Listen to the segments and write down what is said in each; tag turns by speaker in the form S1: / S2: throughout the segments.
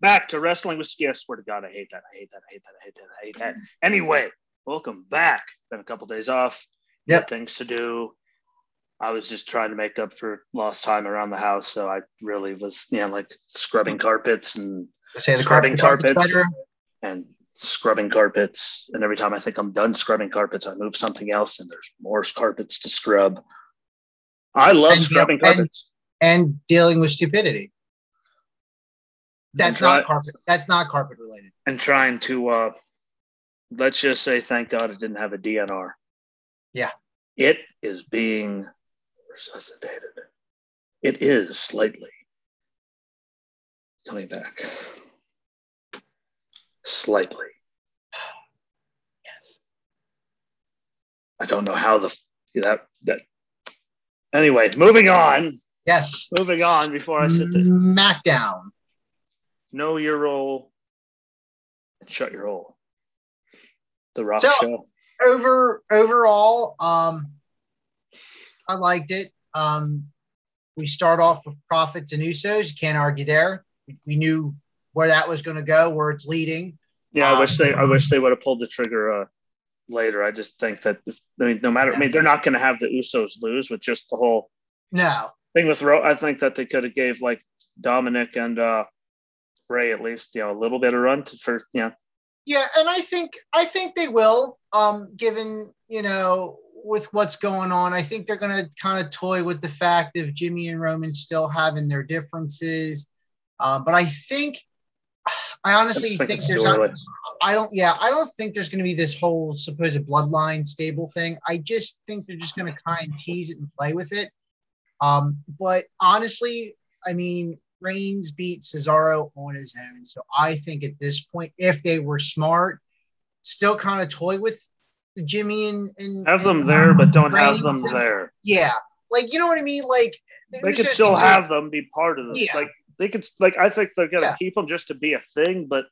S1: back to Wrestling with Ski. I swear to God, I hate that. I hate that. I hate that. I hate that. I hate that. Anyway, welcome back. Been a couple days off.
S2: Yep.
S1: Things to do. I was just trying to make up for lost time around the house. So I really was, you know, like scrubbing carpets and
S2: I say the
S1: Scrubbing
S2: carpet, carpet's
S1: carpets.
S2: better.
S1: and scrubbing carpets. And every time I think I'm done scrubbing carpets, I move something else and there's more carpets to scrub. I love
S2: And-
S1: scrubbing
S2: and-
S1: carpets.
S2: and dealing with stupidity. That's
S1: try-
S2: not carpet. That's not carpet related.
S1: and trying to uh let's just say thank god it didn't have a dnr
S2: Yeah.
S1: it is being resuscitated it is slightly coming back slightly
S2: Yes.
S1: i don't know how the that that anyway moving on
S2: Yes.
S1: moving on before i sit there
S2: Smackdown.
S1: know your role and shut your hole the rock
S2: So-
S1: show
S2: Over overall, um, I liked it. Um, we start off with profits and Usos. You can't argue there. We, we knew where that was going to go, where it's leading.
S1: Yeah, I
S2: Um,
S1: wish they I wish they would have pulled the trigger uh, later. I just think that if, I mean, no matter I mean, they're not going to have the Usos lose with just the whole
S2: No,
S1: thing with Ro. I think that they could have gave like Dominic and uh, Ray at least you know a little bit of run to for you know
S2: Yeah, and I think I think they will. Um, given you know with what's going on, I think they're going to kind of toy with the fact of Jimmy and Roman still having their differences. Um, but I think I honestly
S1: just
S2: think,
S1: think it's
S2: there's
S1: too
S2: not.
S1: early.
S2: I don't. Yeah, I don't think there's going to be this whole supposed bloodline stable thing. I just think they're just going to kind of tease it and play with it. Um, but honestly, I mean, Reigns beat Cesaro on his own. So I think at this point, if they were smart, still kind of toy with Jimmy and, and
S1: have them
S2: and-
S1: there, but don't have
S2: Reigns
S1: them
S2: and-
S1: there.
S2: Yeah, like you know what I mean. Like the
S1: They could
S2: Usos
S1: still
S2: can-
S1: have them be part of this.
S2: Yeah.
S1: Like they could like I think they're going to
S2: Yeah.
S1: keep them just to be a thing, but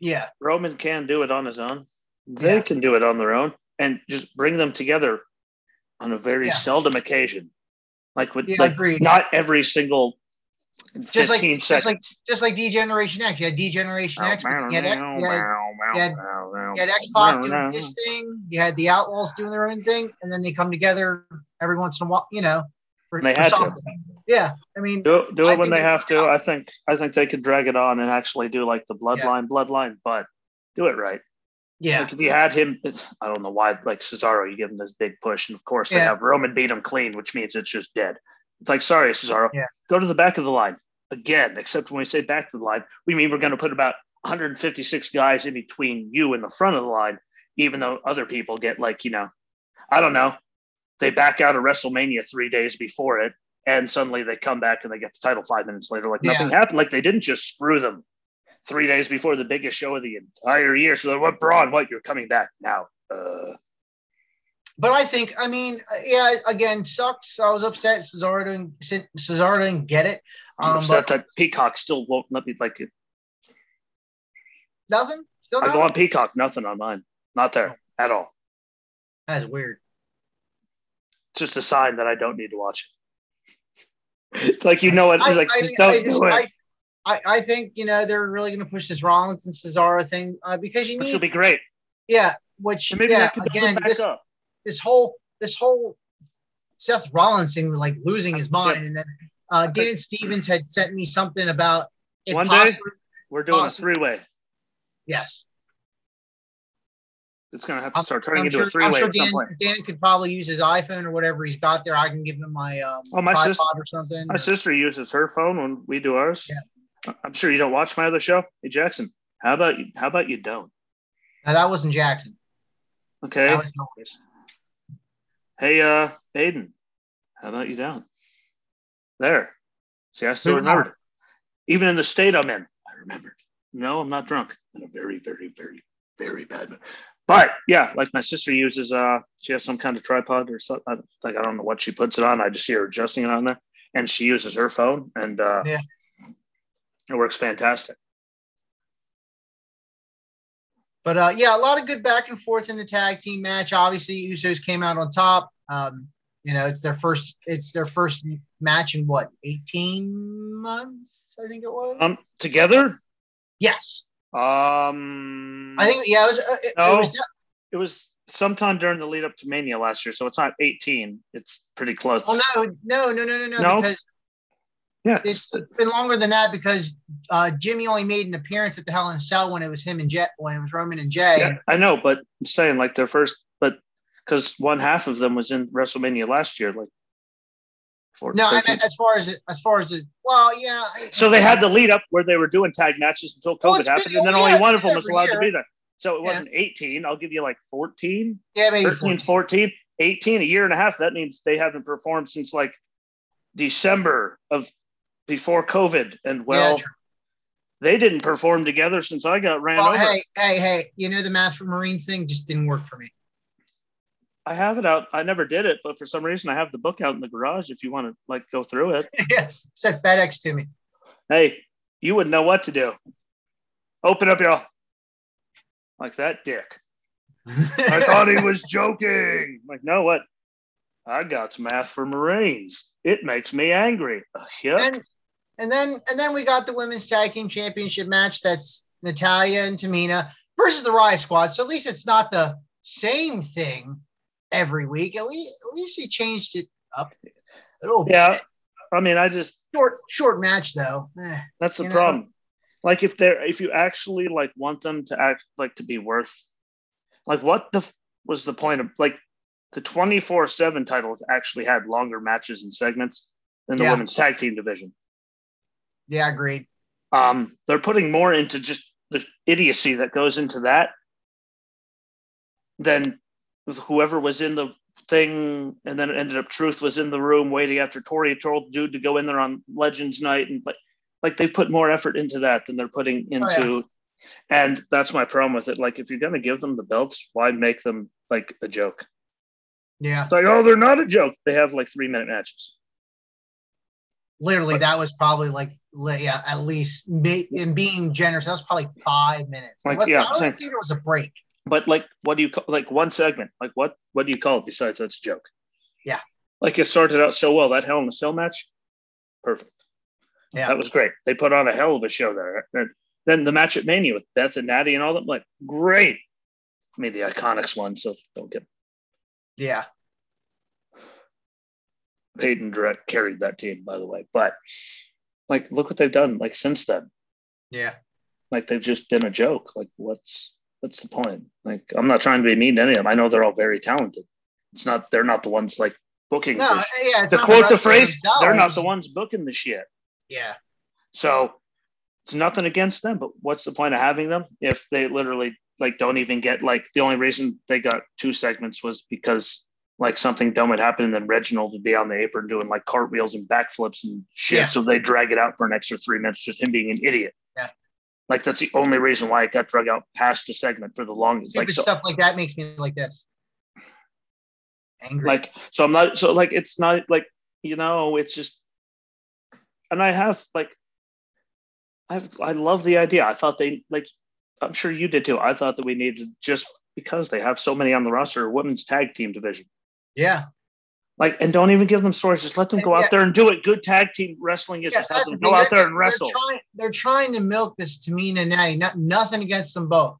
S2: Yeah,
S1: Roman can do it on his own. They
S2: Yeah.
S1: can do it on their own and just bring them together on a very
S2: Yeah.
S1: seldom occasion. Like with
S2: yeah,
S1: like
S2: agreed.
S1: not every single
S2: Just like-
S1: 15
S2: just
S1: seconds.
S2: like just like D Generation X, you had D
S1: Oh,
S2: Generation X, but you had, you had had- You had X Pac doing his thing. You had the Outlaws doing their own thing, and then they come together every once in a while, you know, for,
S1: And they
S2: for
S1: had to.
S2: something. Yeah, I mean,
S1: do it, do
S2: I
S1: it when
S2: think
S1: they
S2: it-
S1: have to. I think I think they could drag it on and actually do like the bloodline, bloodline, but do it right.
S2: yeah,
S1: Like if you had him, it's, I don't know why, like Cesaro, you give him this big push, and of course they
S2: Yeah.
S1: have Roman beat him clean, which means it's just dead. It's like, sorry, Cesaro,
S2: Yeah.
S1: go to the back of the line again. Except when we say back to the line, we mean we're going to put about 156 guys in between you and the front of the line, even though other people get like, you know, I don't know, they back out of WrestleMania three days before it, and suddenly they come back and they get the title five minutes later, like nothing happened. Like they didn't just screw them three days before the biggest show of the entire year. So they're, what, Braun? What? You're coming back now? Uh,
S2: but I think, I mean, uh, yeah, again, sucks. I was upset Cesaro didn't Ce- Cesaro didn't get it.
S1: I'm
S2: Um,
S1: upset
S2: but
S1: that Peacock still won't let me like. it.
S2: nothing. Still
S1: I go
S2: nothing.
S1: on Peacock, nothing on mine, not there at all.
S2: That's weird.
S1: It's just a sign that I don't need to watch it. It's like you know it. It's like
S2: I,
S1: just
S2: I,
S1: don't
S2: mean, I, just,
S1: do it.
S2: I, I, I think you know they're really going to push this Rollins and Cesaro thing uh, because you
S1: which will
S2: need,
S1: be great.
S2: yeah, which
S1: And maybe
S2: yeah,
S1: they can build it
S2: again,
S1: back
S2: this
S1: up.
S2: this whole this whole Seth Rollins thing, like losing his mind, and then uh, Dan Stevens had sent me something about it
S1: One day?
S2: possibly-
S1: We're doing a
S2: possibly-
S1: three-way.
S2: Yes,
S1: It's gonna have to
S2: I'm-
S1: start turning
S2: I'm
S1: into
S2: sure,
S1: a
S2: I'm
S1: three-way
S2: sure
S1: at some
S2: Dan,
S1: point.
S2: Dan could probably use his iPhone or whatever he's got there. I can give him my um,
S1: Oh, my
S2: tripod
S1: sister-
S2: or something.
S1: My sister uses her phone when we do ours.
S2: Yeah.
S1: I- I'm sure you don't watch my other show. Hey Jackson, how about you how about you don't?
S2: No, that wasn't Jackson.
S1: Okay.
S2: That was Norris.
S1: hey uh Aiden, how about you don't? There. See, I still
S2: Good
S1: remembered. Even in the state I'm in, I remembered. No, I'm not drunk. In a very, very, very, very bad mood. But yeah, like my sister uses uh she has some kind of tripod or something. I- Like I don't know what she puts it on. I just hear her adjusting it on there. And she uses her phone and uh
S2: Yeah.
S1: it works fantastic.
S2: But uh, yeah, a lot of good back and forth in the tag team match. Obviously, Usos came out on top. Um, you know, it's their first it's their first match in what 18 months, I think it was.
S1: Um, together,
S2: Yes,
S1: Um,
S2: I think. Yeah, it was. Uh, it,
S1: No.
S2: it was de-
S1: it was sometime during the lead up to Mania last year, so it's not 18. It's pretty close.
S2: oh no, no, no, no, no, no,
S1: No?
S2: because
S1: yeah.
S2: it's been longer than that because uh, Jimmy only made an appearance at the Hell in a Cell when it was him and Jet when it was Roman and Jay.
S1: Yeah, I know, but I'm saying like their first, but because one half of them was in WrestleMania last year, like four.
S2: No, I
S1: 13.
S2: meant as far as as far as well, yeah. I-
S1: so they had the lead up where they were doing tag matches until COVID
S2: Well, it's been-
S1: happened, and then
S2: yeah,
S1: only
S2: it's
S1: one of
S2: been
S1: them was
S2: every
S1: allowed to
S2: year.
S1: be there. So it
S2: Yeah.
S1: wasn't 18. I'll give you like 14,
S2: yeah maybe
S1: 13,
S2: 14.
S1: 14, 18, a year and a half. That means they haven't performed since like December of before COVID. And well,
S2: true.
S1: they didn't perform together since I got ran
S2: Well,
S1: over.
S2: hey, hey, hey! You know the math for Marines thing just didn't work for me.
S1: I have it out. I never did it, but for some reason I have the book out in the garage if you want to like go through it.
S2: Yeah, said FedEx to me.
S1: hey, you wouldn't know what to do. Open up your like that dick. I thought he was joking. Like, no, what? I got some math for Marines. It makes me angry. Ugh, yuck.
S2: and and then and then we got the women's tag team championship match. That's Natalia and Tamina versus the Riot Squad. So at least it's not the same thing every week. At least at least he changed it up a little bit.
S1: yeah. I mean, I just
S2: Short short match though. Eh.
S1: that's the
S2: You know?
S1: problem. Like if they're if you actually like want them to act like to be worth like what the f- was the point of like the 24-7 title has actually had longer matches and segments than the
S2: Yeah.
S1: women's tag team division.
S2: Yeah, agreed.
S1: um, they're putting more into just the idiocy that goes into that than whoever was in the thing and then it ended up truth was in the room waiting after Tori told dude to go in there on legends night and like like they've put more effort into that than they're putting into and that's my problem with it like if you're going to give them the belts why make them like a joke
S2: Yeah.
S1: it's like oh they're not a joke they have like 3 minute matches
S2: literally that was probably like li- yeah at least be, in being generous that was probably five minutes
S1: Like,
S2: What-
S1: yeah,
S2: i don't
S1: same.
S2: think it was a break
S1: but like what do you call like one segment like what what do you call it besides that's a joke
S2: Yeah.
S1: like it started out so well that hell in a cell match perfect
S2: Yeah.
S1: that was great they put on a hell of a show there and then the match at mania with beth and natty and all that like great i mean the iconics one so don't get
S2: yeah
S1: peyton direct carried that team by the way but like look what they've done like since then
S2: yeah
S1: like they've just been a joke like what's what's the point like i'm not trying to be mean to any of them i know they're all very talented it's not they're not the ones like booking
S2: no
S1: this
S2: yeah it's
S1: to
S2: not
S1: quote the
S2: wrestlers
S1: phrase, they're not
S2: themselves.
S1: the ones booking the shit.
S2: yeah
S1: So it's nothing against them, but what's the point of having them if they literally like don't even get like the only reason they got two segments was because like something dumb had happened and then Reginald would be on the apron doing like cartwheels and backflips and shit.
S2: Yeah.
S1: So they drag it out for an extra three minutes, just him being an idiot.
S2: Yeah.
S1: Like that's the only reason why it got drug out past the segment for the longest.
S2: stupid
S1: Like so,
S2: stuff like that makes me like this angry
S1: like so i'm not so like it's not like you know it's just and i have like i've i love the idea i thought they like i'm sure you did too i thought that we needed just because they have so many on the roster a women's tag team division
S2: yeah
S1: like and don't even give them stories just let them go out
S2: Yeah.
S1: there and do it good tag team wrestling is
S2: Yeah,
S1: just let
S2: that's
S1: them
S2: the
S1: go
S2: thing.
S1: out there and wrestle
S2: They're trying, they're trying to milk this Tamina and Natty. Not nothing against them both,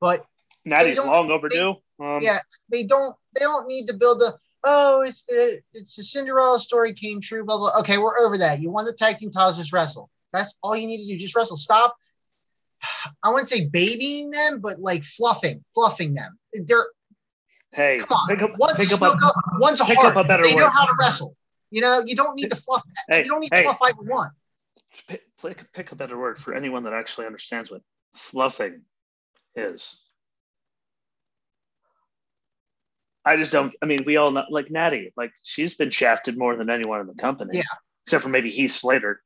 S2: but
S1: natty's
S2: don't-
S1: long overdue um,
S2: yeah, they don't they don't need to build the oh it's the it's the Cinderella story came true blah blah. Okay, we're over that. You won the tag team titles, just wrestle. That's all you need to do. Just wrestle. Stop. I wouldn't say babying them, but like fluffing, fluffing them. They're
S1: hey
S2: come on.
S1: pick up,
S2: one's
S1: pick
S2: a
S1: up a,
S2: snooker, one's a
S1: pick
S2: heart.
S1: up a better
S2: They know
S1: word
S2: how to wrestle. You know, you don't need to fluff.
S1: hey
S2: you don't need
S1: hey.
S2: to fluff either one.
S1: pick, pick, pick a better word for anyone that actually understands what fluffing is. I just don't. I mean, we all know, like Natty, like she's been shafted more than anyone in the company.
S2: Yeah.
S1: Except for maybe Heath Slater.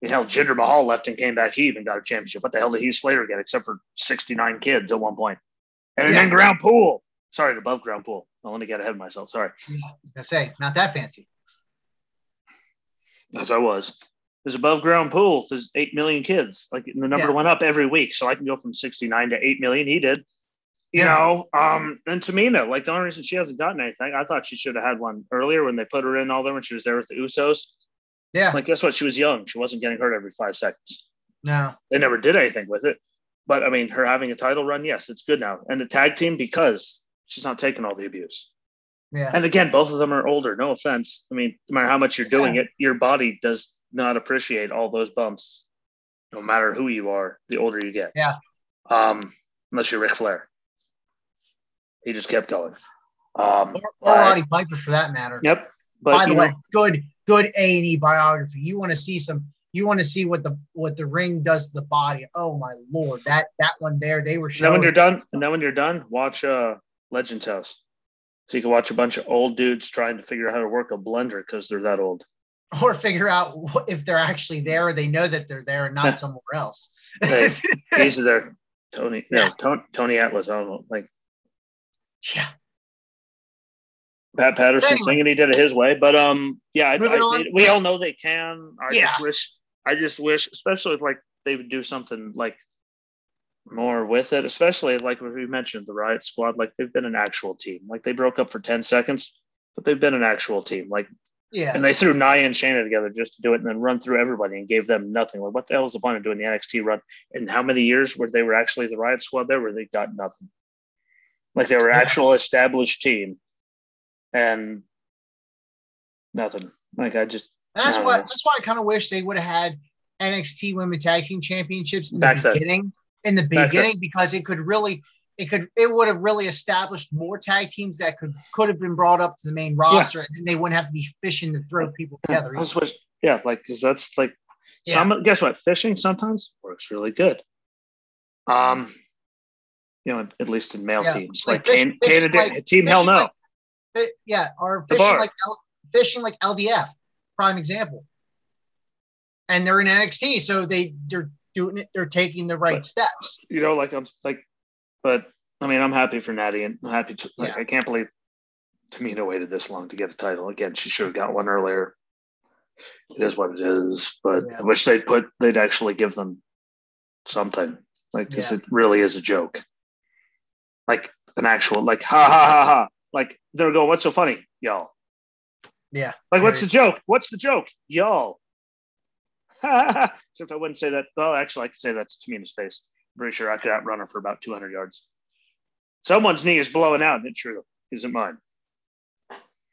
S1: And hell, Jinder Mahal left and came back. He even got a championship. What the hell did Heath Slater get except for 69 kids at one point? And an
S2: Yeah.
S1: in ground pool. Sorry, an above ground pool. I want to get ahead of myself. Sorry.
S2: I was gonna say, not that fancy.
S1: as I was. There's above ground pool. There's eight million kids. Like the number
S2: Yeah.
S1: went up every week, so I can go from sixty nine to eight million. He did, you
S2: Yeah.
S1: know. Um, and Tamina, like the only reason she hasn't gotten anything, I thought she should have had one earlier when they put her in all there when she was there with the Usos.
S2: Yeah.
S1: Like guess what? She was young. She wasn't getting hurt every five seconds.
S2: No.
S1: They never did anything with it. But I mean, her having a title run, yes, it's good now. And the tag team because she's not taking all the abuse.
S2: Yeah.
S1: And again, both of them are older. No offense. I mean, no matter how much you're doing it, your body does not appreciate all those bumps. No matter who you are, the older you get.
S2: Yeah.
S1: Um, unless you're Ric Flair. He just kept going. Um,
S2: Or, or
S1: but-
S2: Roddy Piper for that matter.
S1: Yep. But
S2: By the
S1: you know,
S2: way, good good A and E biography. You want to see some. You want to see what the what the ring does to the body. Oh my lord, that that one there. They were
S1: and then
S2: showing.
S1: when you're done, and then when you're done, watch uh, Legends House. So you can watch a bunch of old dudes trying to figure out how to work a blender because they're that old.
S2: or figure out wh- if they're actually there or they know that they're there and not somewhere else.
S1: Hey, these are their Tony, no,
S2: Yeah.
S1: Tony, Tony Atlas. I don't know, like
S2: yeah.
S1: Pat Patterson
S2: Anyway.
S1: singing. He did it his way, but um, yeah, I,
S2: Moving
S1: I-
S2: on.
S1: we all know they can. I
S2: Yeah.
S1: just wish, I just wish, especially if like they would do something like more with it. Especially like what we mentioned the Riot Squad, like they've been an actual team. Like they broke up for ten seconds, but they've been an actual team. Like.
S2: Yeah.
S1: And they threw Nia and Shayna together just to do it and then run through everybody and gave them nothing. Like, what the hell was the point of doing the NXT run? And how many years where they were actually the Riot Squad there where they got nothing? Like, they were
S2: Yeah.
S1: actual established team and nothing. Like, I just,
S2: That's
S1: No.
S2: why that's why I kind of wish they would have had NXT Women Tag Team Championships in the
S1: Back then.
S2: beginning. In the
S1: Back then.
S2: beginning, because it could really it could it would have really established more tag teams that could could have been brought up to the main roster and then they wouldn't have to be fishing to throw people together.
S1: I just wish, yeah, like, because that's like,
S2: Yeah.
S1: some, guess what? Fishing sometimes works really good. Um, you know, at least in male
S2: Yeah.
S1: teams, like,
S2: Like fish-
S1: Can-
S2: fishing
S1: Canada,
S2: like-
S1: team, hell
S2: fishing
S1: no.
S2: like- But, yeah, or
S1: The
S2: fishing
S1: bar.
S2: like L, fishing like LDF, prime example. And they're in NXT, so they they're doing it, they're taking the right
S1: But-
S2: steps.
S1: you know, like I'm like, but I mean, I'm happy for Natty and I'm happy to, like,
S2: Yeah.
S1: I can't believe Tamina waited this long to get a title. Again, she should have got one earlier. It is what it is, but
S2: Yeah.
S1: I wish they'd put, they'd actually give them something like, because
S2: Yeah.
S1: it really is a joke. Like an actual, like, ha ha ha ha. Like they're going, what's so funny, y'all?
S2: Yeah.
S1: Like, what's the joke? What's the joke? Y'all. Except I wouldn't say that. Well, actually, I could say that to Tamina's face. I'm pretty sure I could outrun her for about 200 yards. Someone's knee is blowing out, and it sure isn't mine.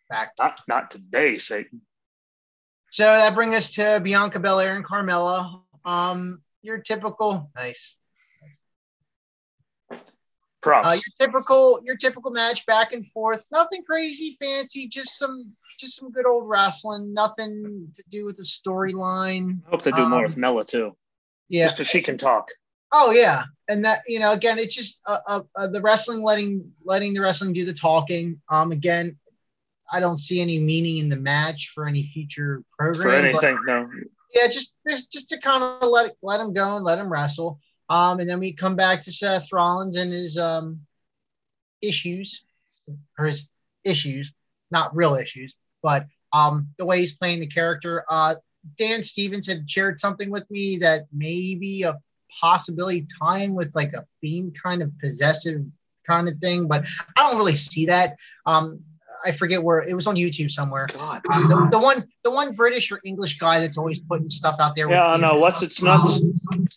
S2: Fact.
S1: Not, not today, Satan.
S2: So that brings us to Bianca Belair and Carmella. Um, your typical nice. Uh,
S1: Props.
S2: your typical your typical match back and forth. Nothing crazy fancy, just some just some good old wrestling, nothing to do with the storyline.
S1: I hope they do more with
S2: um,
S1: Mella, too.
S2: Yeah.
S1: Just 'cause she can talk.
S2: Oh yeah, and that you know again, it's just uh, uh, uh, the wrestling letting letting the wrestling do the talking. Um, again, I don't see any meaning in the match for any future program.
S1: For
S2: but-
S1: anything, no.
S2: yeah, just just just to kind of let it, let him go and let him wrestle. Um, and then we come back to Seth Rollins and his um issues or his issues, not real issues, but um the way he's playing the character. Uh, Dan Stevens had shared something with me that maybe a possibility tying with like a fiend kind of possessive kind of thing, but I don't really see that. Um, I forget where it was on YouTube somewhere.
S1: God.
S2: Um, the, the one, the one British or English guy that's always putting stuff out there.
S1: Yeah, I
S2: with Um,
S1: know. What's its nuts?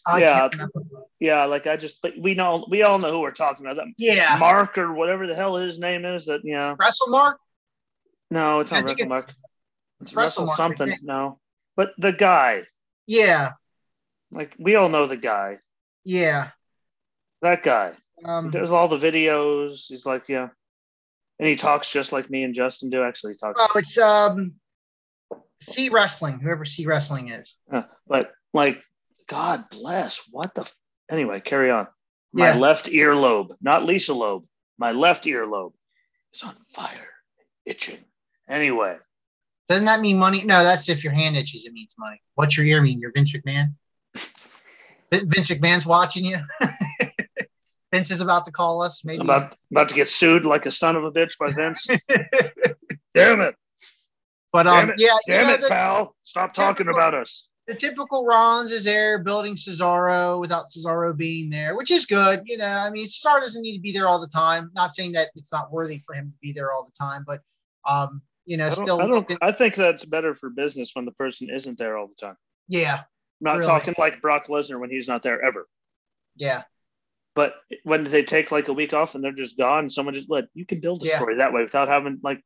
S2: I
S1: Yeah.
S2: can't remember.
S1: Yeah, like I just, but we know, we all know who we're talking about. That
S2: yeah.
S1: Mark or whatever the hell his name is that, you know.
S2: Wrestle Mark.
S1: No, it's
S2: I
S1: not
S2: think
S1: Wrestle
S2: it's-
S1: Mark. It's Wrestle
S2: Wrestle Mark, I
S1: something.
S2: think.
S1: No, but the guy,
S2: Yeah,
S1: like we all know the guy,
S2: yeah.
S1: that guy. He
S2: Um,
S1: does all the videos. He's like, yeah, and he talks just like me and Justin do. Actually, he talks,
S2: oh, it's um, C Wrestling. Whoever C Wrestling is.
S1: uh, but like, God bless. What the? F- anyway, carry on. My
S2: Yeah.
S1: left earlobe, not Lisa Lobe. My left earlobe is on fire, itching. Anyway,
S2: Doesn't that mean money? No, that's if your hand itches, it means money. What's your ear mean? You're Vince McMahon. Vin- Vince McMahon's watching you. Vince is about to call us. Maybe.
S1: about about to get sued like a son of a bitch by Vince. Damn it!
S2: but
S1: damn
S2: um,
S1: it,
S2: yeah. you
S1: Damn
S2: know,
S1: it,
S2: the-
S1: pal! Stop talking about us.
S2: the typical Rollins is there building Cesaro without Cesaro being there, which is good. You know, I mean, Cesaro doesn't need to be there all the time. Not saying that it's not worthy for him to be there all the time, but um, you know,
S1: I don't, I,
S2: still,
S1: don't-
S2: looking-
S1: I think that's better for business when the person isn't there all the time.
S2: yeah,
S1: not
S2: Really?
S1: talking like Brock Lesnar when he's not there ever.
S2: Yeah.
S1: But when they take like a week off and they're just gone, someone just like you can build a
S2: Yeah.
S1: story that way without having like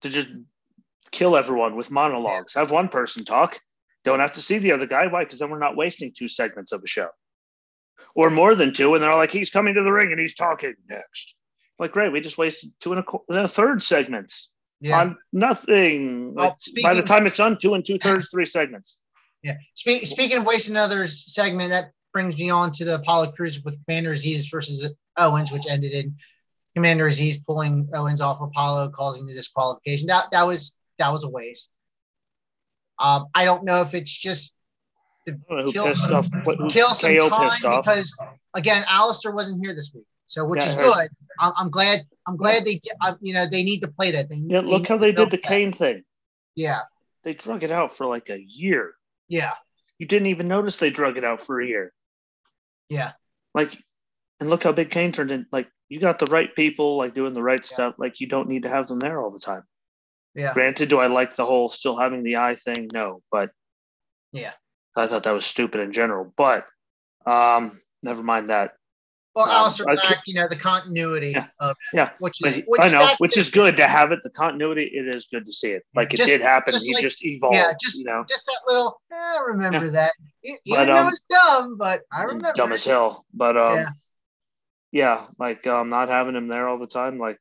S1: to just kill everyone with monologues. Have one person talk. Don't have to see the other guy. Why? Because then we're not wasting two segments of a show. Or more than two, and they're like, he's coming to the ring and he's talking next. Like, great, we just wasted two and a, qu- a third segments
S2: Yeah.
S1: on nothing.
S2: Well,
S1: Like, by the
S2: speaking-
S1: time it's done, two and two thirds, three segments.
S2: Yeah. Spe- speaking of wasting another segment, that brings me on to the Apollo Cruz with Commander Aziz versus Owens, which ended in Commander Aziz pulling Owens off Apollo, causing the disqualification. That that was that was a waste. Um, I don't know if it's just
S1: I don't know who
S2: Kill
S1: pissed
S2: some-
S1: off. What, who
S2: kill some
S1: KO
S2: time
S1: pissed off.
S2: because again, Alistair wasn't here this week, so which
S1: Yeah,
S2: is
S1: I heard.
S2: good. I'm, I'm glad. I'm glad they did. I, you know, they need to play that. They,
S1: yeah, look how they did the
S2: case.
S1: Kane thing.
S2: Yeah,
S1: They drug it out for like a year.
S2: yeah,
S1: You didn't even notice they drug it out for a year.
S2: yeah,
S1: Like, and look how big Kane turned in. Like, you got the right people, like doing the right
S2: Yeah.
S1: stuff. Like, you don't need to have them there all the time.
S2: yeah.
S1: Granted, do I like the whole still having the eye thing? No, but
S2: Yeah.
S1: I thought that was stupid in general. But um, never mind that.
S2: Well,
S1: Um,
S2: Alistair
S1: I
S2: Black, you know, the continuity
S1: Yeah,
S2: of
S1: yeah.
S2: which
S1: But
S2: is
S1: he-
S2: which
S1: I
S2: is
S1: know,
S2: not
S1: which is
S2: fixing-
S1: good to have it. The continuity, it is good to see it. Like,
S2: Just-
S1: it did happen.
S2: just
S1: he
S2: like-
S1: just evolved.
S2: yeah, just
S1: you know,
S2: just that little. eh, I remember that. E-
S1: But,
S2: Even though
S1: um,
S2: it's dumb, but I
S1: and
S2: remember.
S1: dumb
S2: it.
S1: as hell. But um,
S2: Yeah.
S1: yeah. like um, not having him there all the time. Like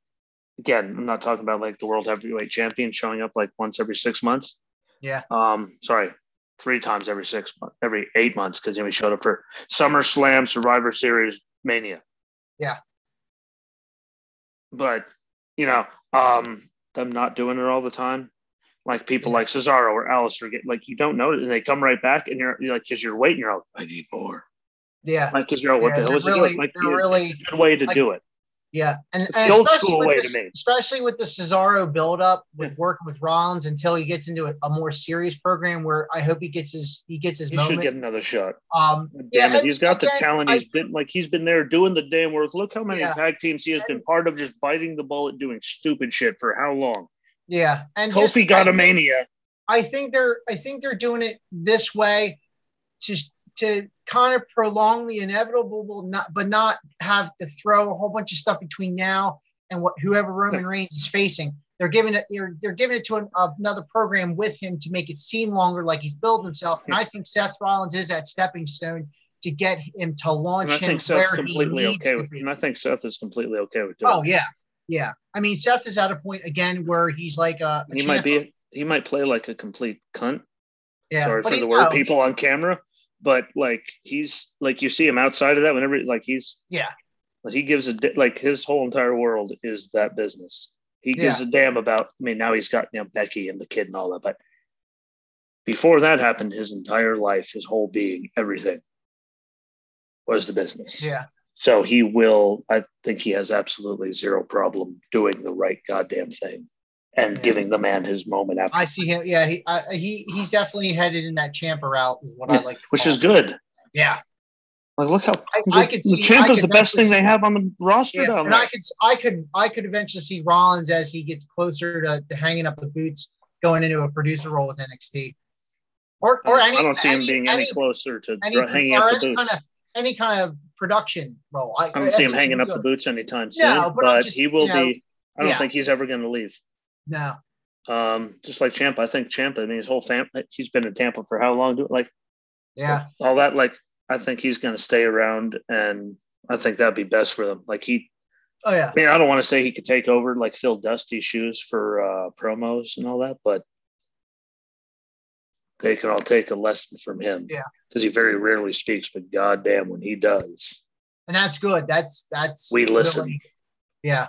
S1: again, I'm not talking about like the world heavyweight champion showing up like once every six months.
S2: Yeah.
S1: Um, sorry, three times every six months, every eight months because then we showed up for SummerSlam, Survivor Series, Mania.
S2: Yeah.
S1: But you know, um, them not doing it all the time. Like people like Cesaro or Alistair get like you don't know it, and they come right back, and you're, you're like, because you're waiting, you're like, I need more.
S2: Yeah,
S1: Like, because you're like, what
S2: yeah,
S1: the hell
S2: they're
S1: is
S2: really,
S1: it doing? Like,
S2: they're
S1: it's
S2: really,
S1: a good way to
S2: like-
S1: do it.
S2: yeah, and,
S1: It's
S2: and
S1: the old
S2: especially
S1: school
S2: with
S1: way
S2: this,
S1: to me.
S2: especially with the Cesaro buildup with
S1: Yeah.
S2: working with Rollins until he gets into a, a more serious program where I hope he gets his he gets his
S1: He
S2: moment.
S1: should get another shot.
S2: um,
S1: Damn
S2: yeah,
S1: it, he's got the
S2: again,
S1: talent.
S2: I
S1: He's been like he's been there doing the damn work. Look how many
S2: Yeah.
S1: tag teams he has been part of, just biting the bullet, doing stupid shit for how long?
S2: Yeah, and just-
S1: Kofi got
S2: I
S1: a
S2: think-
S1: mania.
S2: I think they're I think they're doing it this way to to kind of prolong the inevitable, but not but not have to throw a whole bunch of stuff between now and what whoever Roman Reigns is facing. They're giving it they're, they're giving it to an, another program with him to make it seem longer, like he's building himself. And I think Seth Rollins is that stepping stone to get him to launch
S1: And I
S2: him
S1: think
S2: where
S1: Seth's
S2: he
S1: completely
S2: needs
S1: okay
S2: to
S1: with.
S2: be.
S1: And I think Seth is completely okay with doing.
S2: Oh yeah, yeah. I mean, Seth is at a point again where he's like a,
S1: it.
S2: a
S1: he
S2: champ.
S1: might be. He might play like a complete cunt.
S2: yeah,
S1: sorry
S2: but
S1: for
S2: he-
S1: the word
S2: no,
S1: people on camera but like he's like you see him outside of that whenever like he's
S2: Yeah.
S1: like he gives a di- like his whole entire world is that business he gives a damn about i mean now he's got you know becky and the kid and all that but before that happened his entire life his whole being everything was the business
S2: Yeah,
S1: so he will i think he has absolutely zero problem doing the right goddamn thing and
S2: Yeah.
S1: giving the man his moment after
S2: I see him. Yeah, he I, he he's definitely headed in that Champa route, is what I
S1: Yeah,
S2: like. to
S1: which
S2: call
S1: is
S2: it.
S1: good
S2: Yeah,
S1: Like, look how
S2: I-
S1: the,
S2: I could
S1: the
S2: see-
S1: champ
S2: I
S1: is
S2: could
S1: the best
S2: definitely
S1: thing they
S2: see-
S1: have on the roster
S2: yeah.
S1: down
S2: And I
S1: there.
S2: could I could I could eventually see Rollins as he gets closer to, to hanging up the boots, going into a producer role with NXT, or or
S1: I
S2: any.
S1: don't see him
S2: any-
S1: being any,
S2: any,
S1: closer to
S2: any,
S1: dr- hanging
S2: or
S1: up the
S2: any
S1: boots.
S2: kind of any kind of production role. I,
S1: I don't see him hanging up the boots anytime soon.
S2: No,
S1: but
S2: but I'm just,
S1: he will
S2: you know,
S1: be. I don't
S2: yeah.
S1: think he's ever going to leave.
S2: No,
S1: Um, just like Champ, I think Champ. I mean, his whole family. He's been in Tampa for how long? Do- Like
S2: yeah,
S1: all that. Like I think he's going to stay around, and I think that'd be best for them. Like he.
S2: oh yeah,
S1: I mean, I don't want to say he could take over like Phil Dusty's shoes for uh, promos and all that, but they could all take a lesson from him.
S2: Yeah.
S1: Because he very rarely speaks, but goddamn, when he does,
S2: and that's good. That's that's
S1: We listen.
S2: really- yeah.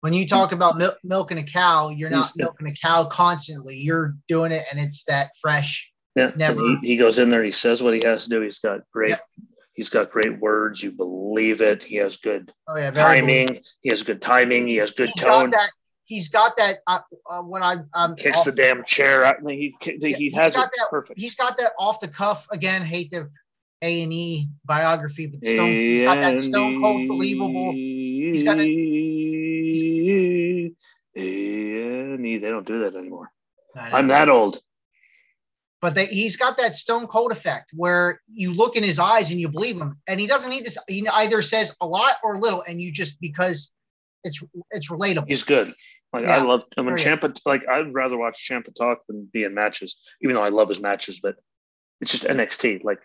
S2: When you talk about mil- milking a cow, you're not
S1: He's-
S2: milking a cow constantly. You're doing it, and it's that fresh.
S1: yeah,
S2: Never.
S1: and he, he goes in there, he says what he has to do. He's got great,
S2: Yep.
S1: he's got great words. You believe it. He has good
S2: Oh yeah, very
S1: timing. He has good timing. He has good
S2: He's
S1: tone.
S2: got that. He's got that. Uh, uh, when I um,
S1: Kicks
S2: off-
S1: the damn chair. out. I mean, he ki-
S2: Yeah,
S1: he
S2: he's
S1: has it
S2: got that-
S1: perfect.
S2: He's got that off the cuff again. Hate the A and E biography, but Stone, he's got that stone
S1: E.
S2: cold believable.
S1: He's
S2: got that-
S1: They don't do that anymore.
S2: I know.
S1: I'm that old.
S2: but that he's got that stone cold effect where you look in his eyes and you believe him and he doesn't need to s- he either says a lot or little and you just because it's it's relatable
S1: He's good. Like I
S2: Yeah.
S1: love. I mean,
S2: Very
S1: Champa. Like I'd rather watch Champa talk than be in matches, even though I love his matches. But it's just NXT. Like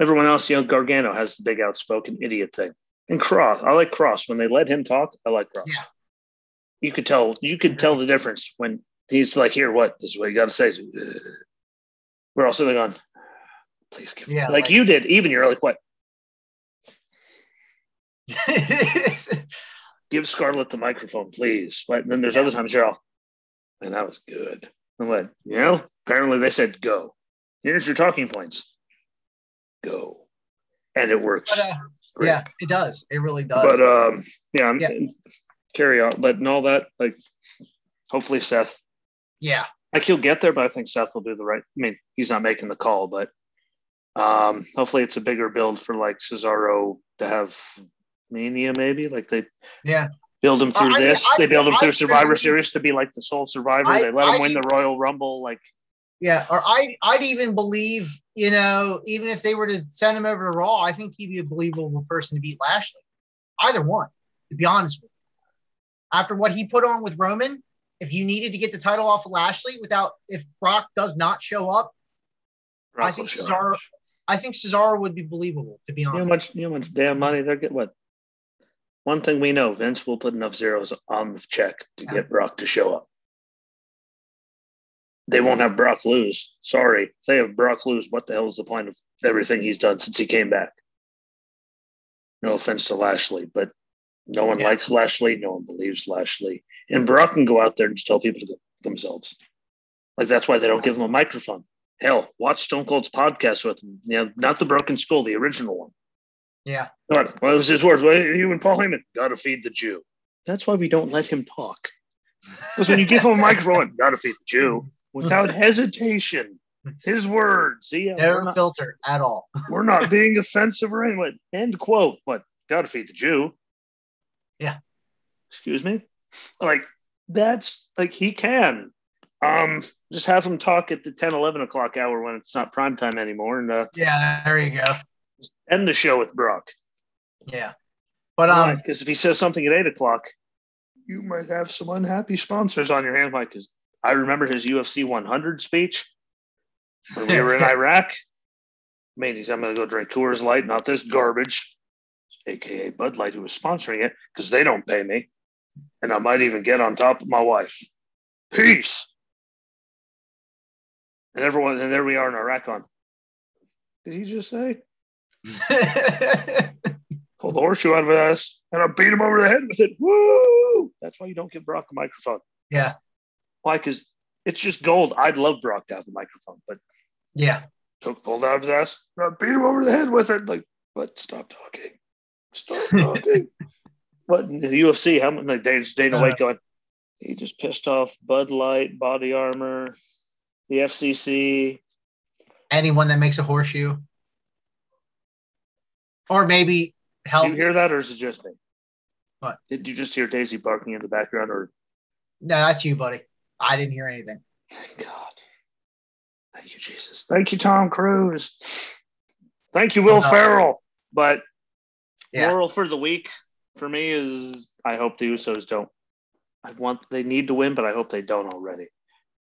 S1: everyone else, you know, Gargano has the big outspoken idiot thing, and Cross. I like Cross when they let him talk. I like Cross.
S2: Yeah.
S1: You could tell. You could tell the difference when he's like, "Here, what? This is what you got to say." Ugh. We're all sitting on. Please give.
S2: Yeah,
S1: like,
S2: like-
S1: you did. Even you're like, "What? Give Scarlett the microphone, please." Like, then there's other times you're all, and that was good. I'm like, you know, apparently they said go. Here's your talking points. Go. And it works.
S2: but, uh,
S1: Great.
S2: yeah it does it really does
S1: But um, yeah, I'm,
S2: Yeah.
S1: carry on. But and all that, like, hopefully Seth.
S2: yeah
S1: Like he'll get there, but I think Seth will do the right. I mean, he's not making the call, but um, hopefully it's a bigger build for like Cesaro to have Mania, maybe like they
S2: yeah
S1: build him
S2: I
S1: through
S2: mean,
S1: this.
S2: I-
S1: they build him
S2: I-
S1: through Survivor
S2: I-
S1: Series to be like the sole survivor.
S2: I-
S1: they let him
S2: I-
S1: win the Royal Rumble. Like
S2: yeah or i i'd even believe you know even if they were to send him over to raw i think he'd be a believable person to beat lashley either one to be honest with you after what he put on with roman if you needed to get the title off of lashley without if brock does not show up I think
S1: Brock Lesnar.
S2: Cesaro- I think Cesaro would be believable, to be
S1: You know
S2: honest.
S1: how much you know how much damn money they're getting what? One thing we know, Vince will put enough zeros on the check to
S2: Yeah.
S1: get Brock to show up. They won't have Brock lose. Sorry. If they have Brock lose, what the hell is the point of everything he's done since he came back? No offense to Lashley, but no one
S2: Yeah.
S1: likes Lashley, no one believes Lashley. And Brock can go out there and just tell people to go themselves. Like that's why they don't give him a microphone. Hell, watch Stone Cold's podcast with him. You know, not the Broken Skull, the original one.
S2: Yeah.
S1: God, what was his words? Well, you and Paul Heyman, gotta feed the Jew. That's why we don't let him talk. Because when you give him a microphone, gotta feed the Jew, without hesitation, his words. See, we're,
S2: No
S1: not,
S2: filter at all.
S1: we're not being offensive or anything. End quote. But gotta feed the Jew.
S2: Yeah.
S1: Excuse me. Like that's like he can. Um, just have him talk at the 10, 11 o'clock hour when it's not prime time anymore, and uh,
S2: Yeah, there you go.
S1: just end the show with Brock.
S2: Yeah. But um
S1: because if he says something at eight o'clock, you might have some unhappy sponsors on your hands. Like, 'cause I remember his UFC 100 speech when we were in Iraq. I mean, he's, I'm going to go drink Coors Light, not this garbage, aka Bud Light, who was sponsoring it, because they don't pay me, and I might even get on top of my wife. Peace. And everyone, and there we are in Iraq. On did he just say? pulled the horseshoe out of his ass, and I beat him over the head with it. Woo! That's why you don't give Brock a microphone.
S2: Yeah.
S1: Why? Because it's just gold. I'd love Brock to have a microphone, but
S2: Yeah.
S1: took pulled out of his ass, and I beat him over the head with it. Like, but stop talking. Stop talking. but in the UFC, how many like Dana, Dana
S2: Uh.
S1: White going? He just pissed off Bud Light, Body Armor, the FCC.
S2: Anyone that makes a horseshoe. Or maybe
S1: Did
S2: help.
S1: you hear that, or is it just me?
S2: What?
S1: Did you just hear Daisy barking in the background, or
S2: No, that's you, buddy. I didn't hear anything.
S1: Thank God. Thank you, Jesus. Thank you, Tom Cruise. Thank you, Will
S2: No.
S1: Ferrell. But
S2: Uh-huh. Yeah.
S1: moral for the week for me is I hope the Usos don't. I want they need to win, but I hope they don't already.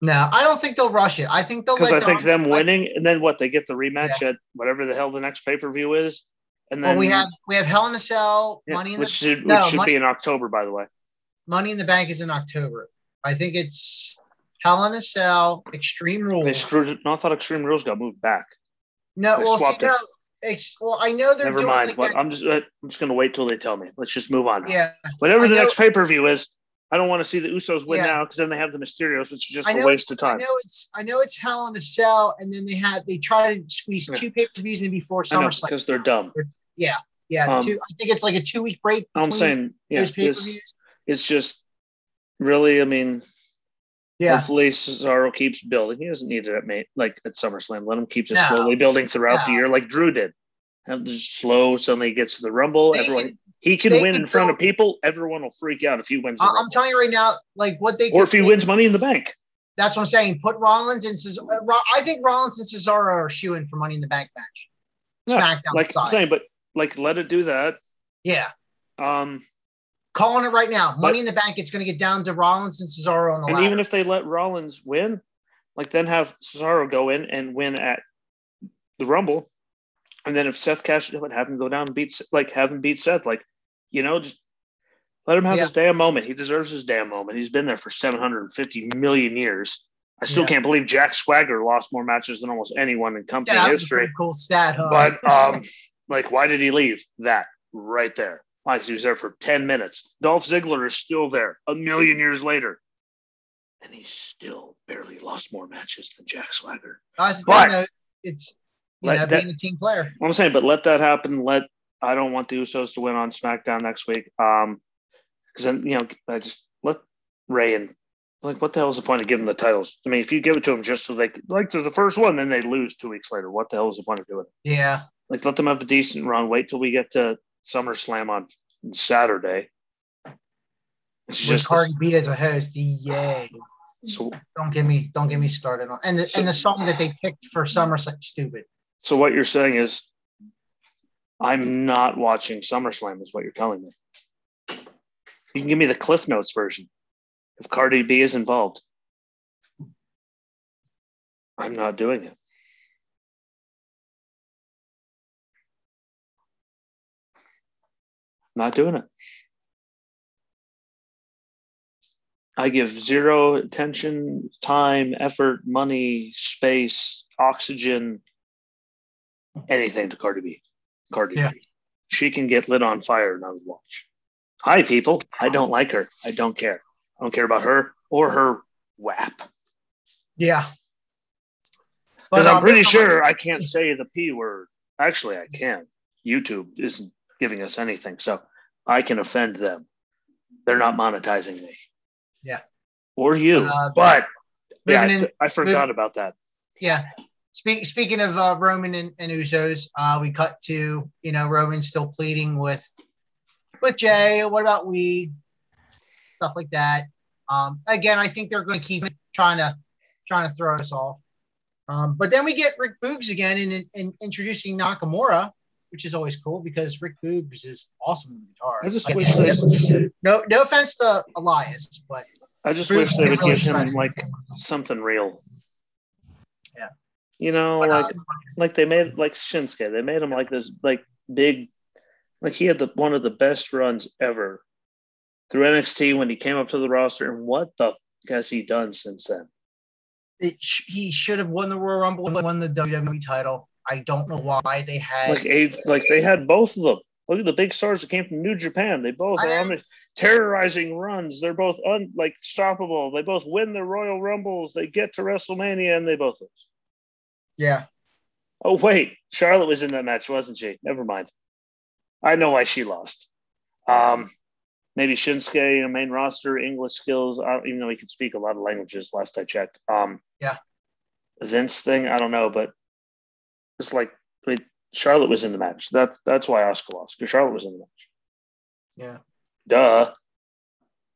S2: No, I don't think they'll rush it. I think they'll
S1: Because
S2: let
S1: I think
S2: Dom-
S1: them winning and then what they get the rematch at whatever the hell the next pay per view is, and then
S2: well, we have we have Hell in a Cell,
S1: yeah,
S2: Money in
S1: which
S2: the
S1: should, which
S2: no,
S1: should
S2: Money-
S1: be in October, by the way.
S2: Money in the Bank is in October. I think it's Hell in a Cell, Extreme Rules.
S1: They screwed. it- No, I thought Extreme Rules got moved back.
S2: No,
S1: They
S2: well, see,
S1: swapped it.
S2: no, it's, well, I know they're
S1: Never
S2: doing
S1: mind.
S2: Like
S1: What
S2: that-
S1: I'm just I'm just gonna wait till they tell me. Let's just move on. now.
S2: yeah,
S1: whatever
S2: I
S1: the
S2: know-
S1: next pay per view is, I don't want to see the Usos win
S2: Yeah.
S1: now because then they have the Mysterios, which is just
S2: I
S1: a
S2: know
S1: waste of
S2: I
S1: time.
S2: know it's I know it's Hell in a Cell, and then they had they try to squeeze
S1: Yeah.
S2: two pay per views in before
S1: I know
S2: SummerSlam.
S1: because they're dumb.
S2: Yeah,
S1: um,
S2: two, I think it's like a two week break.
S1: I'm
S2: between
S1: saying, yeah,
S2: those pay per
S1: it's,
S2: views.
S1: it's just really. I mean,
S2: Yeah,
S1: hopefully Cesaro keeps building. He doesn't need it at May, like at SummerSlam. Let him keep just
S2: No.
S1: slowly building throughout the
S2: No.
S1: year, like Drew did. Have the slow. Suddenly he gets to the Rumble.
S2: They
S1: everyone
S2: can-
S1: he can
S2: they
S1: win
S2: can
S1: in front of
S2: build-
S1: people. Everyone will freak out if he wins. The
S2: I,
S1: Rumble.
S2: I'm telling you right now, like what they
S1: or
S2: could
S1: if he
S2: do-
S1: wins Money in the Bank.
S2: That's what I'm saying. Put Rollins and Cesaro. I think Rollins and Cesaro are shooing for Money in the Bank match.
S1: Yeah,
S2: SmackDown
S1: like I'm
S2: side.
S1: saying, but like let it do that.
S2: Yeah,
S1: Um,
S2: calling it right now. Money in the Bank. It's going to get down to Rollins and Cesaro on the
S1: and
S2: ladder.
S1: even if they let Rollins win, like then have Cesaro go in and win at the Rumble, and then if Seth Cash would have him go down and beat like have him beat Seth, like you know just. Let him have
S2: Yeah.
S1: his damn moment. He deserves his damn moment. He's been there for 750 million years. I still
S2: Yeah.
S1: can't believe Jack Swagger lost more matches than almost anyone in company
S2: yeah, that was a
S1: history.
S2: pretty cool stat. Huh?
S1: But um, like, why did he leave? That right there. Like he was there for ten minutes. Dolph Ziggler is still there a million years later, and he's still barely lost more matches than Jack Swagger.
S2: That's the
S1: but-
S2: thing, though. It's you
S1: Like
S2: know
S1: that-
S2: being a team player.
S1: I'm saying, but let that happen. Let I don't want the Usos to win on SmackDown next week. Um, because then you know I just let Ray and like what the hell's the point of giving the titles? I mean, if you give it to them just so they like they're the first one, then they lose two weeks later. What the hell is the point of doing? it?
S2: Yeah,
S1: like let them have a decent run. Wait till we get to SummerSlam on Saturday. It's
S2: with
S1: just
S2: Cardi B as a host. Yay!
S1: so,
S2: Don't get me don't get me started on and the, and the song that they picked for summer such stupid.
S1: so what you're saying is I'm not watching SummerSlam is what you're telling me. You can give me the Cliff Notes version if Cardi B is involved. I'm not doing it. Not doing it. I give zero attention, time, effort, money, space, oxygen, anything to Cardi B. Cardi
S2: Yeah.
S1: B. She can get lit on fire and I would watch. Hi, people. I don't like her. I don't care. I don't care about her or her WAP.
S2: Yeah,
S1: Because
S2: um,
S1: I'm pretty
S2: someone-
S1: sure I can't say the P word. Actually, I can. YouTube isn't giving us anything, so I can offend them. They're not monetizing me.
S2: Yeah.
S1: Or you.
S2: Uh,
S1: but yeah,
S2: moving
S1: I-
S2: in-
S1: I forgot about that.
S2: Yeah. Speak, speaking of uh, Roman and, and Usos, uh, we cut to you know Roman still pleading with with Jay. What about we? Stuff like that. Um, again, I think they're going to keep trying to trying to throw us off. Um, but then we get Rick Boogs again and in, in introducing Nakamura, which is always cool because Rick Boogs is awesome on the guitar.
S1: I just
S2: Like,
S1: wish they,
S2: no, no offense to Elias, but
S1: I just
S2: Boogs
S1: wish they
S2: can
S1: would
S2: really
S1: give him
S2: try.
S1: like something real.
S2: Yeah.
S1: You know,
S2: But,
S1: like
S2: um,
S1: like they made like Shinsuke, they made him like this like big like he had the one of the best runs ever through NXT when he came up to the roster and what the f- has he done since then?
S2: it sh- he should have won the Royal Rumble and won the WWE title. I don't know why they had.
S1: Like age, like they had both of them. Look at the big stars that came from New Japan. They both
S2: I
S1: are
S2: know.
S1: on this terrorizing runs. They're both un, like stoppable. They both win the Royal Rumbles. They get to WrestleMania and they both lose.
S2: yeah,
S1: Oh wait, Charlotte was in that match, wasn't she? Never mind. I know why she lost. Um, maybe Shinsuke, you know, main roster, English skills. I don't even know he could speak a lot of languages. Last I checked. Um,
S2: Yeah.
S1: Vince thing, I don't know, but it's like I mean, Charlotte was in the match. That that's why Oscar lost because Charlotte was in the match.
S2: Yeah.
S1: Duh.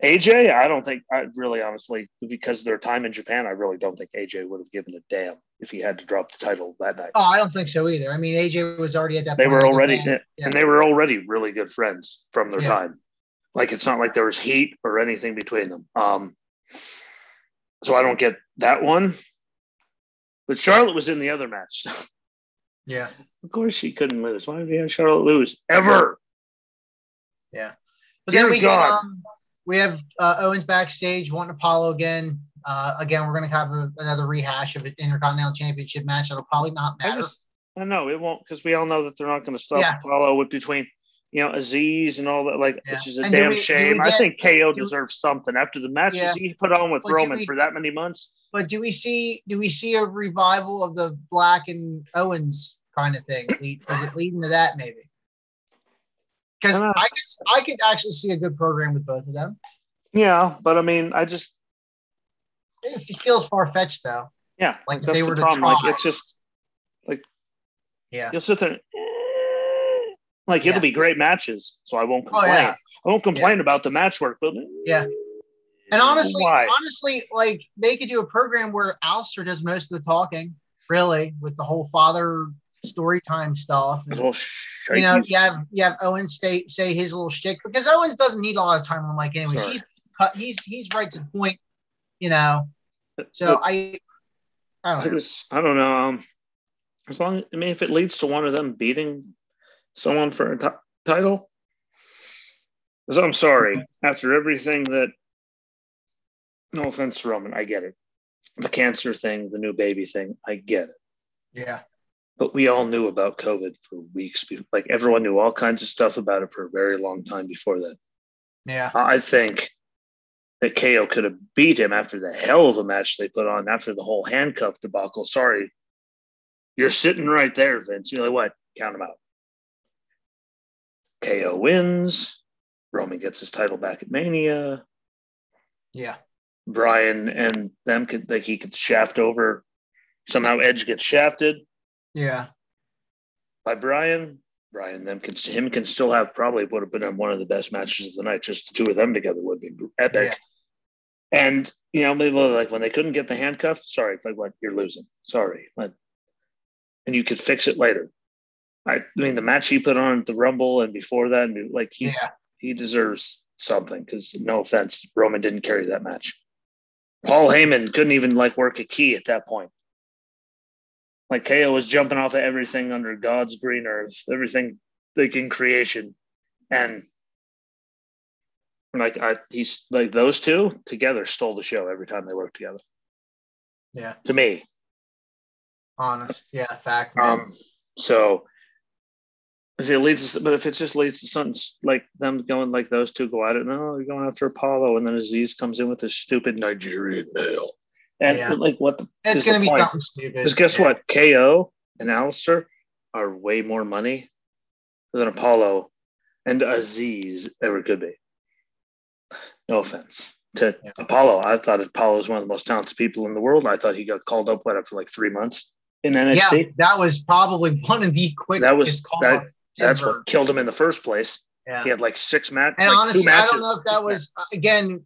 S1: AJ, I don't think I really honestly because of their time in Japan, I really don't think AJ would have given a damn if he had to drop the title that night.
S2: oh, I don't think so either. I mean, AJ was already at that.
S1: They
S2: point
S1: were
S2: in
S1: already
S2: Japan.
S1: and they were already really good friends from their
S2: Yeah.
S1: time. Like it's not like there was heat or anything between them. Um, so I don't get that one. But Charlotte was in the other match.
S2: Yeah,
S1: of course she couldn't lose. Why would we have Charlotte lose ever?
S2: but
S1: Dear
S2: then we get
S1: God.
S2: um, we have uh, Owens backstage wanting Apollo again. Uh, again, we're gonna have a, another rehash of an Intercontinental Championship match. That'll probably not
S1: I
S2: matter.
S1: just I know it won't because we all know that they're not going to stop
S2: Yeah.
S1: Apollo with between you know Aziz and all that. Like
S2: Yeah.
S1: which is a
S2: And do
S1: damn
S2: we- do
S1: shame.
S2: we
S1: I
S2: get-
S1: think KO
S2: do-
S1: deserves something after the matches
S2: Yeah.
S1: he put on with
S2: But do
S1: Roman
S2: we-
S1: for that many months.
S2: But do we see do we see a revival of the Black and Owens kind of thing? Lead, does it lead into that maybe? Because
S1: I
S2: I
S1: don't know.
S2: could I could actually see a good program with both of them.
S1: Yeah, but I mean, I just
S2: It feels far fetched though.
S1: Yeah,
S2: Like, if
S1: that's
S2: they
S1: the
S2: were to
S1: problem.
S2: try.
S1: Like it's just like
S2: Yeah.
S1: you'll sit there. and, eh, Like
S2: Yeah.
S1: it'll be great matches, so I won't
S2: Oh,
S1: complain.
S2: yeah.
S1: I won't complain about the match work, but
S2: Yeah. And honestly,
S1: eh, Why?
S2: honestly, like they could do a program where Alistair does most of the talking, really, with the whole father story time stuff. And,
S1: Well,
S2: you know,
S1: shite.
S2: you have you have Owen stay, say his little shtick because Owens doesn't need a lot of time on the mic, anyways.
S1: Sure.
S2: He's cut, he's he's right to the point, you know. So I, I
S1: I
S2: don't know.
S1: just I don't know. Um, as long I mean, if it leads to one of them beating someone for a ti- title, 'Cause I'm sorry. After everything that, no offense, to Roman, I get it. The cancer thing, the new baby thing, I get it.
S2: Yeah,
S1: But we all knew about COVID for weeks. be- Like everyone knew all kinds of stuff about it for a very long time before that.
S2: yeah,
S1: I think that KO could have beat him after the hell of a match they put on after the whole handcuff debacle. Sorry. You're sitting right there, Vince. You're like, what? Count him out. KO wins. Roman gets his title back at Mania.
S2: yeah,
S1: Brian and them could like he could shaft over. Somehow Edge gets shafted
S2: yeah,
S1: by Brian. Brian them can him can still have probably would have been one of the best matches of the night. Just the two of them together would be epic. And you know, maybe like when they couldn't get the handcuff, sorry, like what you're losing. Sorry, but and you could fix it later. I, I mean, the match he put on at the Rumble and before that, and like he
S2: yeah,
S1: he deserves something because no offense, Roman didn't carry that match. Paul Heyman couldn't even like work a key at that point. Like KO was jumping off of everything under God's green earth, everything like in creation, and like I, he's like those two together stole the show every time they worked together.
S2: yeah.
S1: To me,
S2: Honest, yeah, fact. man.
S1: um, so if it leads, to, but if it just leads to something s- like them going like those two go at it, no, you're going after Apollo, and then Aziz comes in with his stupid Nigerian nail, and
S2: Yeah.
S1: like what? the
S2: it's
S1: is
S2: gonna be
S1: point.
S2: something stupid.
S1: Because guess
S2: Yeah.
S1: what? KO and Alistair are way more money than Apollo and Aziz ever could be. No offense to
S2: Yeah.
S1: Apollo. I thought Apollo was one of the most talented people in the world. I thought he got called up what after like three months in NXT.
S2: Yeah, that was probably one of the quickest
S1: That was- that-
S2: calls.
S1: That's
S2: ever.
S1: what killed him in the first place.
S2: Yeah.
S1: He had like six mat- like,
S2: And
S1: two
S2: honestly, I
S1: matches.
S2: don't know if that was again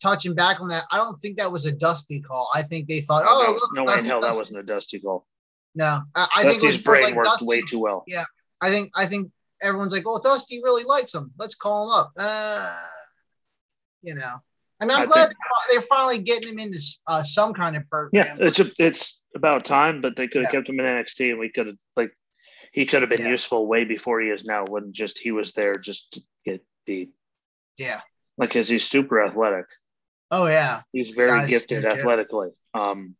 S2: touching back on that. I don't think that was a dusty call. I think they thought, oh, look,
S1: no, no way in
S2: Dusty-
S1: hell that
S2: Dusty."
S1: wasn't a Dusty goal.
S2: No, I, I think it
S1: Dusty's
S2: was more
S1: brain
S2: like
S1: worked
S2: Dusty.
S1: way too well.
S2: I think I think everyone's like, well, Dusty really likes him. Let's call him up. Uh, you know, I mean, I'm
S1: I
S2: glad
S1: think-
S2: they're finally getting him into uh, some kind of
S1: Yeah,
S2: program.
S1: it's a, it's about time, but they could have
S2: Yeah.
S1: kept him in NXT, and we could have like he could have been
S2: Yeah.
S1: useful way before he is now. When just he was there just to get beat,
S2: Yeah.
S1: like because he's super athletic.
S2: Oh yeah.
S1: He's very
S2: Guys,
S1: gifted
S2: yeah.
S1: athletically. Um,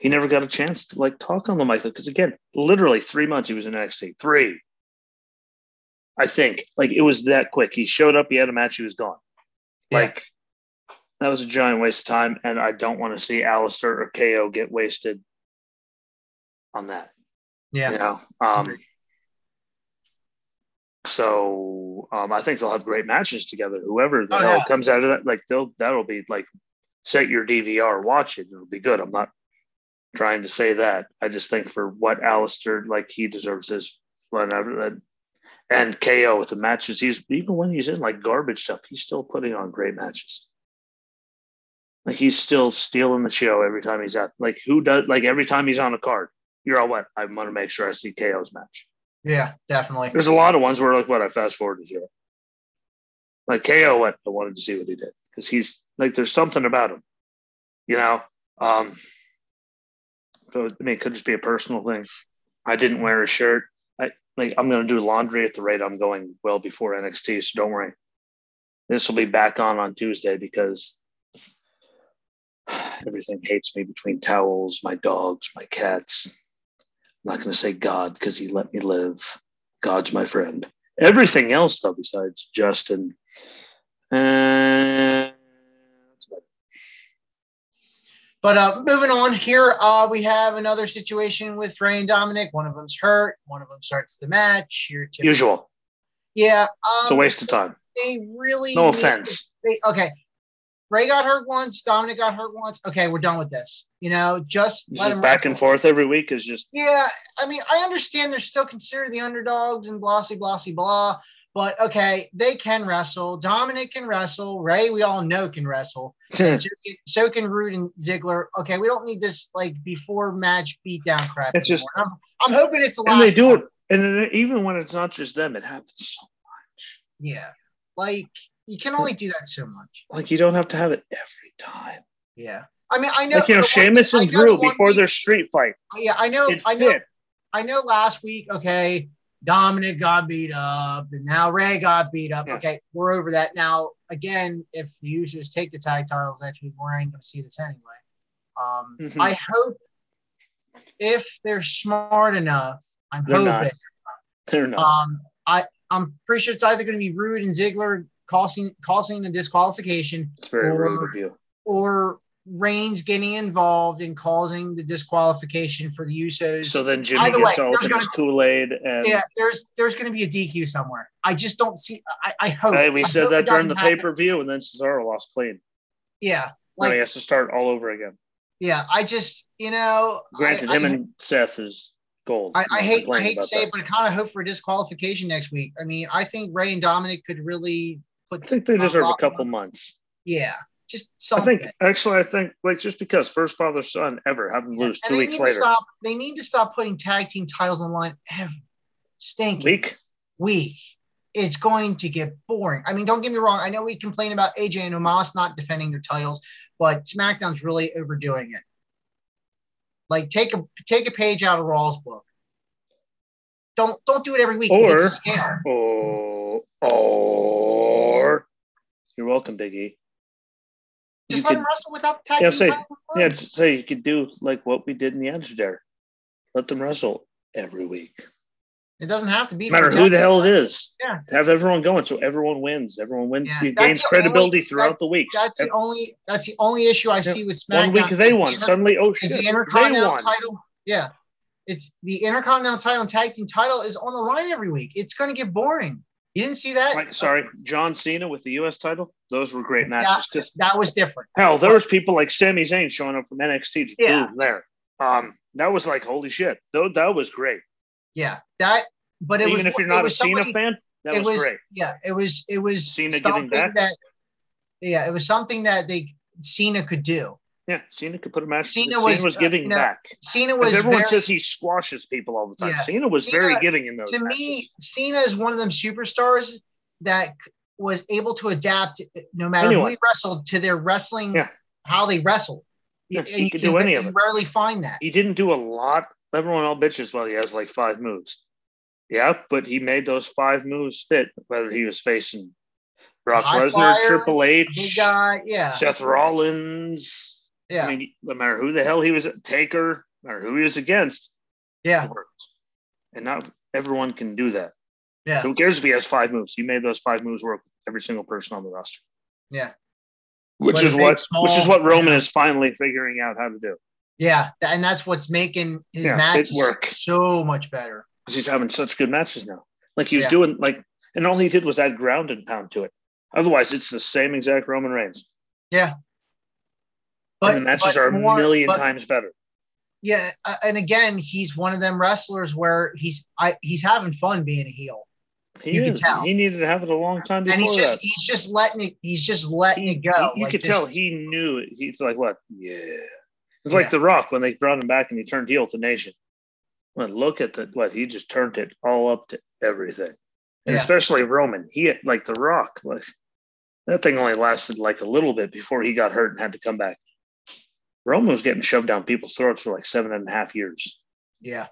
S1: he never got a chance to like talk on the mic because again, literally three months he was in NXT. Three, I think. Like it was that quick. He showed up, he had a match, he was gone.
S2: Yeah.
S1: Like that was a giant waste of time, and I don't want to see Alistair or KO get wasted on that.
S2: Yeah. Mm-hmm.
S1: You know. Um,
S2: Agreed.
S1: so um, I think they'll have great matches together. Whoever the
S2: Oh,
S1: hell
S2: yeah.
S1: comes out of that, like they'll that'll be like set your DVR, watch it. It'll be good. I'm not trying to say that. I just think for what Alistair, like he deserves this whatever and KO with the matches he's even when he's in like garbage stuff, he's still putting on great matches. Like he's still stealing the show every time he's out. Like who does like every time he's on a card, you're all what? I want to make sure I see KO's match.
S2: Yeah, definitely.
S1: There's a lot of ones where like what I fast forward to zero. Like KO went, I wanted to see what he did because he's like there's something about him, you know. Um, so I mean, it could just be a personal thing. I didn't wear a shirt. I like I'm gonna do laundry at the rate I'm going well before NXT, so don't worry. This will be back on on Tuesday because everything hates me between towels, my dogs, my cats. I'm not gonna say God because he let me live. God's my friend. Everything else, though, besides Justin, uh, that's about it.
S2: But uh, moving on here, uh, we have another situation with Ray and Dominic. One of them's hurt. One of them starts the match. Your typical-
S1: usual.
S2: Yeah. Um,
S1: It's a waste of time.
S2: They really.
S1: No
S2: need-
S1: offense.
S2: they- okay. Ray got hurt once. Dominic got hurt once. Okay, we're done with this. You know, just
S1: This
S2: let
S1: is
S2: them
S1: back and forth every week is just
S2: Yeah, I mean, I understand they're still considered the underdogs and blah, blah, blah, blah, blah. But okay, they can wrestle. Dominic can wrestle. Ray, we all know can wrestle. And so, can, so can Rude and Ziggler. Okay, we don't need this like before match beatdown crap.
S1: It's just-
S2: anymore. I'm, I'm hoping it's the last.
S1: and they do
S2: one.
S1: it. And then even when it's not just them, it happens so much.
S2: Yeah, like you can only do that so much.
S1: Like you don't have to have it every time.
S2: Yeah, I mean, I know.
S1: like you know,
S2: the one-
S1: Sheamus
S2: I
S1: and
S2: know
S1: Drew
S2: one
S1: before
S2: week-
S1: their street fight.
S2: Yeah, I know.
S1: It
S2: I know.
S1: fit.
S2: I know last week, okay, Dominic got beat up, and now Ray got beat up.
S1: Yeah.
S2: Okay, we're over that now. Again, if the users take the tag titles next week, we ain't gonna see this anyway. Um,
S1: Mhm.
S2: I hope if they're smart enough, I'm
S1: They're not.
S2: hoping.
S1: They're not.
S2: Um, I I'm pretty sure it's either gonna be Rude and Ziggler causing causing a disqualification,
S1: it's very rude
S2: or-
S1: of you.
S2: or Reigns getting involved and causing the disqualification for the Usos.
S1: So then Jimmy
S2: either
S1: gets
S2: way,
S1: all
S2: there's
S1: in
S2: gonna
S1: his Kool Aid, and
S2: yeah, there's there's going to be a DQ somewhere. I just don't see. I, I hope.
S1: hey, we
S2: I
S1: said
S2: hope
S1: that
S2: it
S1: during the
S2: doesn't happen.
S1: pay per view, and then Cesaro lost clean.
S2: Yeah,
S1: Like, he
S2: like
S1: has to start all over again.
S2: yeah. I just you know.
S1: Granted,
S2: I,
S1: him
S2: I,
S1: and Seth is gold.
S2: I, I
S1: No
S2: hate I
S1: complaining
S2: hate to
S1: about
S2: say
S1: that.
S2: it, but I kind of hope for disqualification next week. I mean, I think Ray and Dominic could really
S1: I
S2: put.
S1: think they deserve a
S2: lot
S1: couple
S2: more-
S1: months.
S2: Yeah, just
S1: I
S2: something.
S1: think actually, I think like just because first father son ever have them lose two
S2: and they
S1: weeks
S2: need to
S1: later.
S2: stop. They need to stop putting tag team titles on the line every stinking week.
S1: Week.
S2: It's going to get boring. I mean, don't get me wrong. I know we complain about AJ and Omos not defending their titles, but SmackDown's really overdoing it. Like, take a take a page out of Raw's book. Don't don't do it every week. It
S1: Or-
S2: gets stale.
S1: Oh, or you're welcome, Biggie.
S2: just
S1: you
S2: let
S1: could-
S2: him wrestle without the tag
S1: Yeah,
S2: team.
S1: say-
S2: title for
S1: Yeah,
S2: him.
S1: it's, so you could do like what we did in the Edge there. Let them wrestle every week.
S2: it doesn't have to be
S1: No matter
S2: for
S1: who
S2: tag
S1: the
S2: team
S1: hell
S2: title.
S1: it is.
S2: Yeah.
S1: Have everyone going so everyone wins. Everyone wins.
S2: Yeah,
S1: You
S2: that's
S1: gains
S2: the
S1: credibility
S2: only-
S1: throughout the
S2: that's-
S1: week.
S2: That's
S1: And
S2: the only that's the only issue I
S1: Yeah.
S2: see with SmackDown.
S1: one week they
S2: is the
S1: won.
S2: inter-
S1: Suddenly, oh
S2: is
S1: shit,
S2: the
S1: they
S2: Intercontinental
S1: won.
S2: title. Yeah. It's the Intercontinental title and tag team title is on the line every week. It's going to get boring. You didn't see that?
S1: Like, sorry, John Cena with the U.S. title. Those were great
S2: That-
S1: matches. Because
S2: That was different.
S1: hell, there was people like Sami Zayn showing up from NXT to
S2: Yeah.
S1: do there. Um, that was like holy shit. Though that was great.
S2: Yeah. That but it
S1: Even
S2: was
S1: if you're
S2: it
S1: not a
S2: was
S1: Cena
S2: somebody-
S1: fan, that
S2: it
S1: was, great.
S2: Yeah, it was it was
S1: Cena getting
S2: something
S1: back.
S2: that yeah, it was something that they Cena could do.
S1: Yeah, Cena could put a match.
S2: Cena
S1: Cena was,
S2: was, uh,
S1: giving
S2: you know,
S1: back.
S2: Cena was
S1: Because everyone
S2: very,
S1: says he squashes people all the time.
S2: Yeah.
S1: Cena was
S2: Cena,
S1: very giving in those.
S2: to me,
S1: matches.
S2: Cena is one of them superstars that c- was able to adapt uh, no matter
S1: Anyone.
S2: who he wrestled to their wrestling,
S1: Yeah.
S2: how they wrestled.
S1: Yeah,
S2: And
S1: he
S2: you
S1: could
S2: can
S1: do any of
S2: you
S1: it.
S2: rarely find that.
S1: he didn't do a lot. Everyone all bitches. Well, he has like five moves. Yeah, but he made those five moves fit. Whether he was facing Brock
S2: High
S1: Lesnar,
S2: flyer,
S1: Triple
S2: Big
S1: H,
S2: guy, yeah.
S1: Seth Rollins.
S2: yeah.
S1: I mean, no matter who the hell he was, Taker, no matter who he was against,
S2: yeah.
S1: it worked. And not everyone can do that.
S2: Yeah.
S1: So who cares if he has five moves? He made those five moves work with every single person on the roster.
S2: Yeah.
S1: Which
S2: Whether
S1: is
S2: big,
S1: what which is
S2: small,
S1: what Roman
S2: yeah.
S1: is finally figuring out how to do.
S2: Yeah. Th- And that's what's making his
S1: Yeah, it
S2: matches
S1: work.
S2: so much better.
S1: because he's having such good matches now. Like he was
S2: Yeah.
S1: doing like, and all he did was add ground and pound to it. Otherwise, it's the same exact Roman Reigns.
S2: But
S1: and the matches
S2: but
S1: are
S2: more-
S1: a million
S2: but-
S1: times better.
S2: Yeah, uh, and again, he's one of them wrestlers where he's I, he's having fun being a heel.
S1: He
S2: you can
S1: is.
S2: tell.
S1: He needed to have it a long time before
S2: and he's just
S1: that.
S2: he's just letting it he's just letting
S1: He-
S2: it go.
S1: he- you
S2: like,
S1: could
S2: just-
S1: tell he knew. It. He's like, what? Yeah. It's like
S2: Yeah.
S1: The Rock when they brought him back and he turned heel to Nation. Well, look at the what he just turned it all up to everything, and
S2: Yeah.
S1: especially Roman. He like The Rock. Like that thing only lasted like a little bit before he got hurt and had to come back. Roman was getting shoved down people's throats for like seven and a half years.
S2: yeah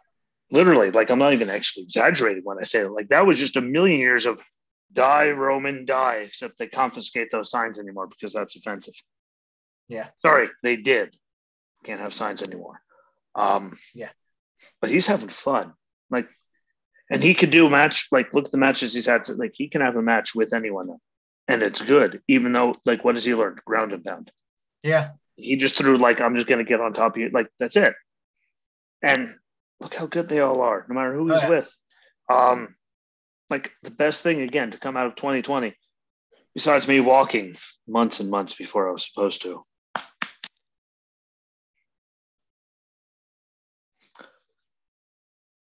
S1: Literally, like I'm not even actually exaggerating when I say it. Like that was just a million years of die Roman die, except they confiscate those signs anymore because that's offensive.
S2: Yeah.
S1: Sorry, they did. Can't have signs anymore. Um
S2: Yeah.
S1: But he's having fun. Like and he could do a match, like look at the matches he's had. Like he can have a match with anyone now, and it's good, even though like what has he learned? Ground and pound.
S2: yeah
S1: He just threw like I'm just gonna get on top of you. Like that's it. And look how good they all are, no matter who
S2: Oh,
S1: he's
S2: yeah.
S1: with. Um, like the best thing again to come out of 2020, besides me walking months and months before I was supposed to.